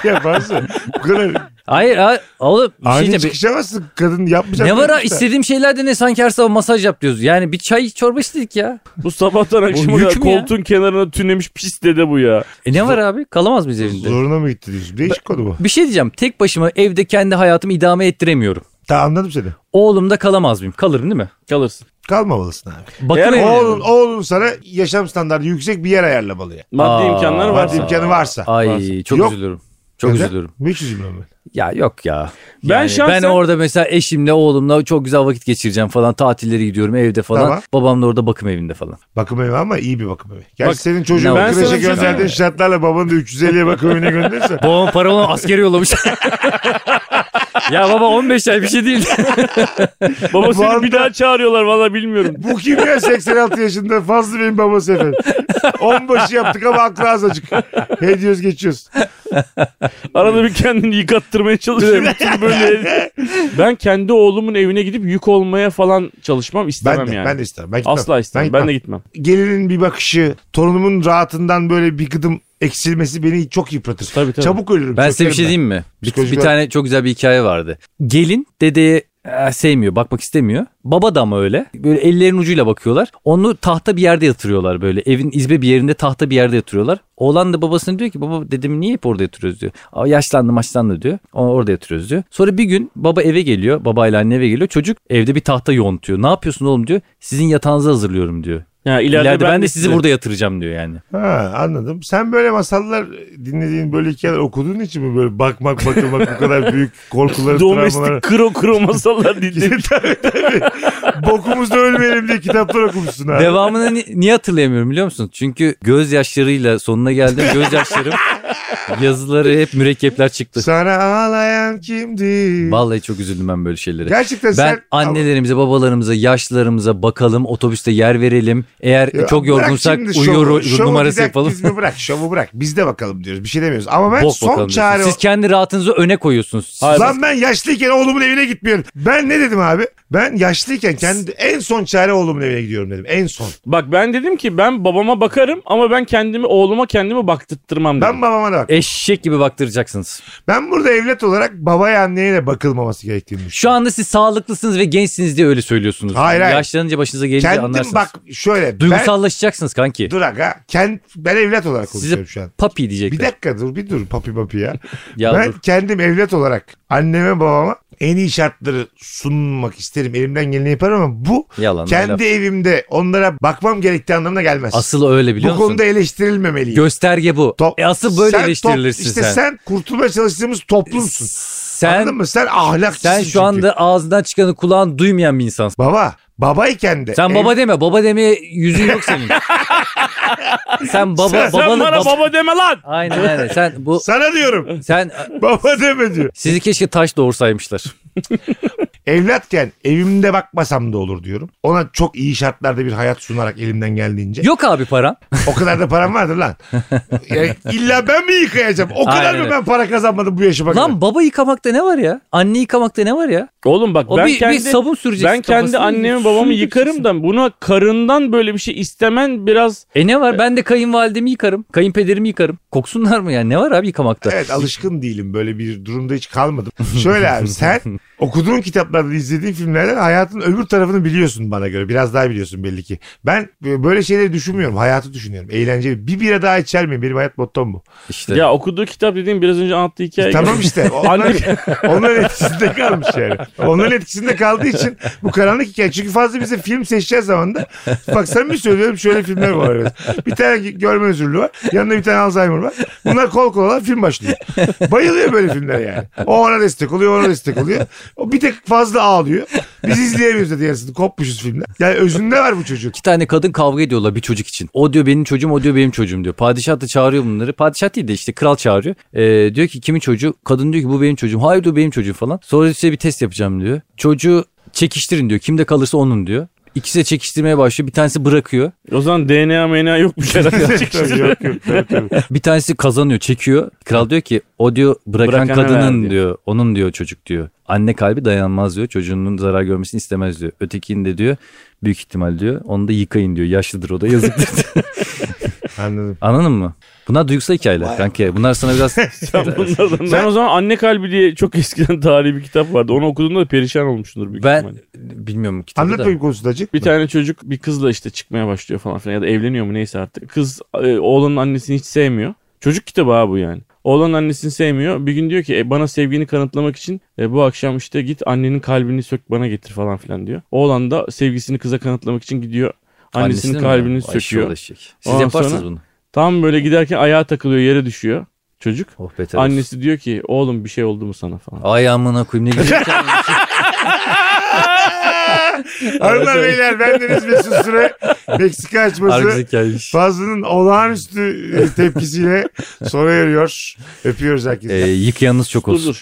[SPEAKER 1] Yaparsın. Bu kadar
[SPEAKER 3] Hayır abi, oğlum. bir şey
[SPEAKER 1] ani
[SPEAKER 3] diyeceğim.
[SPEAKER 1] çıkışamazsın. Kadın yapmayacak.
[SPEAKER 3] Ne var ha?
[SPEAKER 1] demişler.
[SPEAKER 3] istediğim şeylerde ne sanki her sabah masaj yap diyoruz. Yani bir çay çorba istedik ya.
[SPEAKER 2] Bu sabahtan akşama
[SPEAKER 3] yük
[SPEAKER 2] kadar
[SPEAKER 3] mü ya?
[SPEAKER 2] koltuğun kenarına tünemiş pis dede bu ya.
[SPEAKER 3] E ne var abi? Kalamaz mıyız evinde?
[SPEAKER 1] Zoruna mı gitti diyorsun? Değişik konu bu.
[SPEAKER 3] Bir şey diyeceğim. Tek başıma evde kendi hayatımı idame ettiremiyorum.
[SPEAKER 1] Tamam anladım seni.
[SPEAKER 3] Oğlum da kalamaz mıyım? Kalırım değil mi?
[SPEAKER 2] Kalırsın.
[SPEAKER 1] Kalmamalısın abi.
[SPEAKER 3] Bakın
[SPEAKER 2] Eğer
[SPEAKER 3] evine.
[SPEAKER 1] Oğlun, oğlun sana yaşam standartı yüksek bir yer ayarlamalı ya.
[SPEAKER 2] Maddi
[SPEAKER 3] Aa,
[SPEAKER 2] imkanlar var.
[SPEAKER 1] Maddi imkanı varsa.
[SPEAKER 3] Ay çok
[SPEAKER 1] Yok.
[SPEAKER 3] üzülürüm. Çok
[SPEAKER 1] Neden?
[SPEAKER 3] üzülürüm.
[SPEAKER 1] Hiç üzülmem ben.
[SPEAKER 3] Ya yok ya.
[SPEAKER 2] Ben
[SPEAKER 3] Yani
[SPEAKER 2] şahsen-
[SPEAKER 3] ben orada mesela eşimle oğlumla çok güzel vakit geçireceğim falan. Tatilleri gidiyorum evde falan.
[SPEAKER 1] Tamam.
[SPEAKER 3] Babam da orada bakım evinde falan.
[SPEAKER 1] Bakım evi ama iyi bir bakım evi. Gerçi
[SPEAKER 2] Bak,
[SPEAKER 1] senin çocuğun
[SPEAKER 3] ben
[SPEAKER 2] sana
[SPEAKER 1] kreşe
[SPEAKER 2] bir şey
[SPEAKER 1] gönderdiğin
[SPEAKER 2] söyleyeyim.
[SPEAKER 1] şartlarla babanı da 350'ye bakım evine gönderirsen.
[SPEAKER 3] Babam para olan askeri yollamış. ya baba 15 ay bir şey değil.
[SPEAKER 2] Baba
[SPEAKER 1] Bu
[SPEAKER 2] seni
[SPEAKER 1] anda-
[SPEAKER 2] bir daha çağırıyorlar valla bilmiyorum.
[SPEAKER 1] Bu kim ya 86 yaşında Fazlı Bey'in babası efendim. 10 başı yaptık ama aklı azıcık. He diyoruz geçiyoruz.
[SPEAKER 2] Arada bir kendini yıkattırmaya çalışıyorum. Bütün böyle. Ben kendi oğlumun evine gidip yük olmaya falan çalışmam
[SPEAKER 1] Ben
[SPEAKER 2] istemem
[SPEAKER 1] de,
[SPEAKER 2] yani.
[SPEAKER 1] ben de isterim. Ben gitmem.
[SPEAKER 2] Asla istemem. Ben, de gitmem.
[SPEAKER 1] Gelinin bir bakışı, torunumun rahatından böyle bir gıdım eksilmesi beni çok yıpratır.
[SPEAKER 2] Tabii, tabii.
[SPEAKER 1] Çabuk ölürüm.
[SPEAKER 3] Ben size bir şey
[SPEAKER 1] çökerim
[SPEAKER 3] diyeyim mi? Bir,
[SPEAKER 1] Psikolojik
[SPEAKER 3] bir
[SPEAKER 1] olarak-
[SPEAKER 3] tane çok güzel bir hikaye vardı. Gelin dedeye eh, sevmiyor, bakmak istemiyor. Baba da ama öyle. Böyle ellerin ucuyla bakıyorlar. Onu tahta bir yerde yatırıyorlar böyle. Evin izbe bir yerinde tahta bir yerde yatırıyorlar. Oğlan da babasına diyor ki baba dedemi niye hep orada yatırıyoruz diyor. Aa, yaşlandı maçlandı diyor. "Aa, orada yatırıyoruz diyor. Sonra bir gün baba eve geliyor. Babayla anne eve geliyor. Çocuk evde bir tahta yontuyor. Ne yapıyorsun oğlum diyor. Sizin yatağınızı hazırlıyorum diyor.
[SPEAKER 2] Ya
[SPEAKER 3] İleride, ben, de sizi burada yatıracağım diyor yani.
[SPEAKER 1] Ha, anladım. Sen böyle masallar dinlediğin böyle hikayeler okuduğun için mi böyle bakmak bakılmak bu kadar büyük korkuları travmaları.
[SPEAKER 2] Domestik kro kro masallar dinledim.
[SPEAKER 1] tabii tabii. Bokumuzda ölmeyelim diye kitaplar okumuşsun ha.
[SPEAKER 3] Devamını ni- niye hatırlayamıyorum biliyor musun? Çünkü gözyaşlarıyla sonuna geldim. Gözyaşlarım yazıları hep mürekkepler çıktı.
[SPEAKER 1] Sana ağlayan kimdi?
[SPEAKER 3] Vallahi çok üzüldüm ben böyle şeylere.
[SPEAKER 1] Gerçekten sen...
[SPEAKER 3] Ben annelerimize, babalarımıza, yaşlılarımıza bakalım, otobüste yer verelim. Eğer
[SPEAKER 1] Ya
[SPEAKER 3] çok
[SPEAKER 1] bırak
[SPEAKER 3] yorgunsak
[SPEAKER 1] şimdi
[SPEAKER 3] uyuyor
[SPEAKER 1] şovu. Şovu
[SPEAKER 3] numarası
[SPEAKER 1] bir dakika
[SPEAKER 3] yapalım.
[SPEAKER 1] biz mi bırak şovu bırak biz de bakalım diyoruz bir şey demiyoruz. Ama ben
[SPEAKER 3] Bok
[SPEAKER 1] son
[SPEAKER 3] bakalım
[SPEAKER 1] çare...
[SPEAKER 3] diyorsun. Siz kendi rahatınızı öne koyuyorsunuz.
[SPEAKER 2] Hayır.
[SPEAKER 1] Lan ben yaşlıyken oğlumun evine gitmiyorum. Ben ne dedim abi? Ben yaşlıyken kendi en son çare oğlumun evine gidiyorum dedim. En son.
[SPEAKER 2] Bak ben dedim ki ben babama bakarım ama ben kendimi oğluma kendimi baktırtmam dedim.
[SPEAKER 1] Ben babama
[SPEAKER 3] E-
[SPEAKER 1] da bak.
[SPEAKER 3] Eşek gibi baktıracaksınız.
[SPEAKER 1] Ben burada evlat olarak babaya anneye de bakılmaması gerektiğini düşünüyorum.
[SPEAKER 3] Şu anda siz sağlıklısınız ve gençsiniz diye öyle söylüyorsunuz.
[SPEAKER 1] Hayır, hayır.
[SPEAKER 3] Yaşlanınca başınıza gelince
[SPEAKER 1] Kendim
[SPEAKER 3] anlarsınız.
[SPEAKER 1] bak şöyle.
[SPEAKER 3] Duygusallaşacaksınız kanki.
[SPEAKER 1] Ben, dur aga. Kend, ben evlat olarak
[SPEAKER 3] Sizi-
[SPEAKER 1] konuşuyorum şu an.
[SPEAKER 3] Papi diyecekler.
[SPEAKER 1] Bir dakika dur bir dur papi papi ya.
[SPEAKER 3] Ya
[SPEAKER 1] ben
[SPEAKER 3] dur.
[SPEAKER 1] kendim evlat olarak anneme babama en iyi şartları sunmak isterim. Elimden geleni yaparım ama bu
[SPEAKER 3] Yalan.
[SPEAKER 1] kendi
[SPEAKER 3] laf.
[SPEAKER 1] evimde onlara bakmam gerektiği anlamına gelmez.
[SPEAKER 3] Asıl öyle biliyor
[SPEAKER 1] bu
[SPEAKER 3] musun?
[SPEAKER 1] konuda eleştirilmemeliyim.
[SPEAKER 3] Gösterge bu.
[SPEAKER 1] Top-
[SPEAKER 3] E asıl böyle
[SPEAKER 1] Sen
[SPEAKER 3] eleştirilirsin
[SPEAKER 1] top- işte
[SPEAKER 3] sen.
[SPEAKER 1] sen kurtulmaya çalıştığımız toplumsun.
[SPEAKER 3] Sen,
[SPEAKER 1] Anladın mı? Sen ahlakçısın
[SPEAKER 3] sen
[SPEAKER 1] çünkü.
[SPEAKER 3] şu anda ağzından çıkanı kulağın duymayan bir insansın.
[SPEAKER 1] Baba, babayken de.
[SPEAKER 3] Sen
[SPEAKER 1] ev-
[SPEAKER 3] baba deme. Baba demeye yüzün yok senin. sen baba
[SPEAKER 1] Sen-
[SPEAKER 2] Sen
[SPEAKER 3] babalı-
[SPEAKER 2] bana
[SPEAKER 3] bab-
[SPEAKER 2] baba deme lan.
[SPEAKER 3] Aynen aynen. Sen bu
[SPEAKER 1] Sana diyorum.
[SPEAKER 3] sen
[SPEAKER 1] baba deme diyor.
[SPEAKER 3] sizi keşke taş doğursaymışlar.
[SPEAKER 1] Evlatken evimde bakmasam da olur diyorum. Ona çok iyi şartlarda bir hayat sunarak elimden geldiğince.
[SPEAKER 3] Yok abi paran.
[SPEAKER 1] O kadar da param vardır lan. yani illa ben mi yıkayacağım? O kadar
[SPEAKER 3] Aynen
[SPEAKER 1] mı
[SPEAKER 3] öyle.
[SPEAKER 1] ben para kazanmadım bu yaşıma kadar?
[SPEAKER 3] Lan baba yıkamakta ne var ya? Anne yıkamakta ne var ya?
[SPEAKER 2] Oğlum bak
[SPEAKER 3] O
[SPEAKER 2] ben
[SPEAKER 3] bir, bir
[SPEAKER 2] kendi
[SPEAKER 3] sabun süreceksin.
[SPEAKER 2] ben kendi
[SPEAKER 3] kafasına,
[SPEAKER 2] annemi babamı
[SPEAKER 3] süreceksin.
[SPEAKER 2] yıkarım da buna karından böyle bir şey istemen biraz
[SPEAKER 3] E ne var? Ben de kayınvalidemi yıkarım. Kayınpederimi yıkarım. Koksunlar mı yani? Ne var abi yıkamakta?
[SPEAKER 1] Evet alışkın değilim böyle bir durumda hiç kalmadım. Şöyle abi sen okuduğun kitaplardan izlediğin filmlerden hayatın öbür tarafını biliyorsun bana göre. Biraz daha biliyorsun belli ki. Ben böyle şeyleri düşünmüyorum. Hayatı düşünüyorum. Eğlenceli. Bir bira daha içer miyim? Benim hayat mottom bu.
[SPEAKER 3] İşte.
[SPEAKER 2] ya okuduğu kitap dediğim biraz önce anlattığı hikaye. gibi.
[SPEAKER 1] Tamam işte. Onlar,
[SPEAKER 2] Anne-
[SPEAKER 1] onların etkisinde kalmış yani. Onların etkisinde kaldığı için bu karanlık hikaye. Çünkü fazla bize film seçeceğiz zaman da bak samimi söylüyorum şöyle filmler var. arada. Bir tane görme özürlü var. Yanında bir tane Alzheimer var. Bunlar kol kola film başlıyor. Bayılıyor böyle filmler yani. O ona destek oluyor, ona destek oluyor. O bir tek fazla ağlıyor. Biz izleyemiyoruz dedi yarısını. Kopmuşuz filmler. Yani özünde var bu çocuk.
[SPEAKER 3] İki tane kadın kavga ediyorlar bir çocuk için. O diyor benim çocuğum, o diyor benim çocuğum diyor. Padişah da çağırıyor bunları. Padişah değil de işte kral çağırıyor. Ee, diyor ki kimin çocuğu? Kadın diyor ki bu benim çocuğum. Hayır diyor benim çocuğum falan. Sonra size bir test yapacağım diyor. Çocuğu çekiştirin diyor. Kimde kalırsa onun diyor. İkisi de çekiştirmeye başlıyor. Bir tanesi bırakıyor.
[SPEAKER 2] O zaman DNA MNA yokmuş herhalde.
[SPEAKER 1] Tabii,
[SPEAKER 2] Çekiştirme.
[SPEAKER 1] yok, yok, tabii, tabii.
[SPEAKER 3] Bir tanesi kazanıyor, çekiyor. Kral diyor ki o diyor bırakan
[SPEAKER 2] Bırakana ver
[SPEAKER 3] kadının
[SPEAKER 2] diyor.
[SPEAKER 3] diyor. Onun diyor çocuk diyor. Anne kalbi dayanmaz diyor. Çocuğunun zarar görmesini istemez diyor. Ötekini de diyor büyük ihtimal diyor. Onu da yıkayın diyor. Yaşlıdır o da yazık diyor.
[SPEAKER 1] Anladım.
[SPEAKER 3] Anladın mı? Bunlar duygusal hikayeler
[SPEAKER 1] Vay.
[SPEAKER 3] kanka. Bunlar sana biraz...
[SPEAKER 2] Bunlardan- Ben o zaman Anne Kalbi diye çok eskiden tarihi bir kitap vardı. Onu okuduğumda da perişan olmuşsundur büyük
[SPEAKER 3] ben
[SPEAKER 2] ihtimalle.
[SPEAKER 3] bilmiyorum kitabı
[SPEAKER 1] Anlat
[SPEAKER 3] da.
[SPEAKER 1] bakayım konusunda acık.
[SPEAKER 2] Bir tane çocuk bir kızla işte çıkmaya başlıyor falan filan ya da evleniyor mu neyse artık. Kız e, oğlanın annesini hiç sevmiyor. Çocuk kitabı abi bu yani. Oğlan annesini sevmiyor. Bir gün diyor ki "E, bana sevgini kanıtlamak için e, bu akşam işte git annenin kalbini sök bana getir falan filan diyor. Oğlan da sevgisini kıza kanıtlamak için gidiyor. Annesinin
[SPEAKER 3] Annesinin
[SPEAKER 2] kalbini
[SPEAKER 3] mi? Ay,
[SPEAKER 2] söküyor.
[SPEAKER 3] şu eşek. Siz
[SPEAKER 2] Ondan
[SPEAKER 3] yaparsınız
[SPEAKER 2] sonra-
[SPEAKER 3] bunu.
[SPEAKER 2] Tam böyle giderken ayağa takılıyor yere düşüyor çocuk.
[SPEAKER 3] Oh beter olsun.
[SPEAKER 2] Annesi diyor ki oğlum bir şey oldu mu sana falan.
[SPEAKER 3] Ay amına koyayım ne güzel. hikaye.
[SPEAKER 1] Hanımlar beyler bendeniz Mesut Süre. Meksika
[SPEAKER 3] Arka
[SPEAKER 1] açması.
[SPEAKER 3] hikayemiş.
[SPEAKER 1] Fazlı'nın olağanüstü e, tepkisiyle sona eriyor. Öpüyoruz herkese.
[SPEAKER 3] Ee, yıkayanınız çok
[SPEAKER 2] Dur
[SPEAKER 3] olsun.
[SPEAKER 2] dur.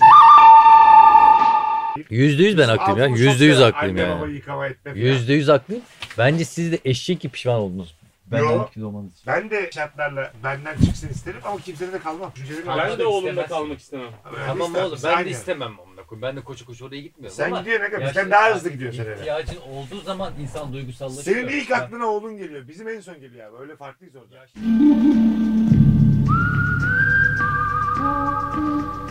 [SPEAKER 3] Yüzde yüz ben haklıyım ya. Yüzde yüz haklıyım
[SPEAKER 1] Anne baba
[SPEAKER 3] yani.
[SPEAKER 1] yıkama etme falan.
[SPEAKER 3] Yüzde yüz haklıyım. Bence siz de eşek gibi pişman oldunuz. Benden
[SPEAKER 1] Yo.
[SPEAKER 3] etkili olmanız için.
[SPEAKER 1] Ben de şartlarla benden çıksın isterim ama kimsenin de kalmam. Düşüncelerimi
[SPEAKER 3] Ben
[SPEAKER 1] anladım.
[SPEAKER 3] de oğlumda kalmak
[SPEAKER 2] istemem.
[SPEAKER 1] Ben de
[SPEAKER 3] Tamam
[SPEAKER 1] istemem.
[SPEAKER 3] oğlum
[SPEAKER 1] Biz
[SPEAKER 3] ben
[SPEAKER 1] aynı.
[SPEAKER 3] de istemem amına koyayım. Ben de koşu koşu oraya gitmiyorum
[SPEAKER 1] Sen
[SPEAKER 3] ama.
[SPEAKER 1] gidiyorsun ne kadar.
[SPEAKER 3] Yaşlı-
[SPEAKER 1] Sen daha hızlı gidiyorsun sen eve.
[SPEAKER 3] İhtiyacın olduğu zaman insan duygusallaşıyor.
[SPEAKER 1] Senin ilk
[SPEAKER 3] Ben-
[SPEAKER 1] aklına oğlun geliyor. Bizim en son geliyor abi. Öyle farklıyız orada.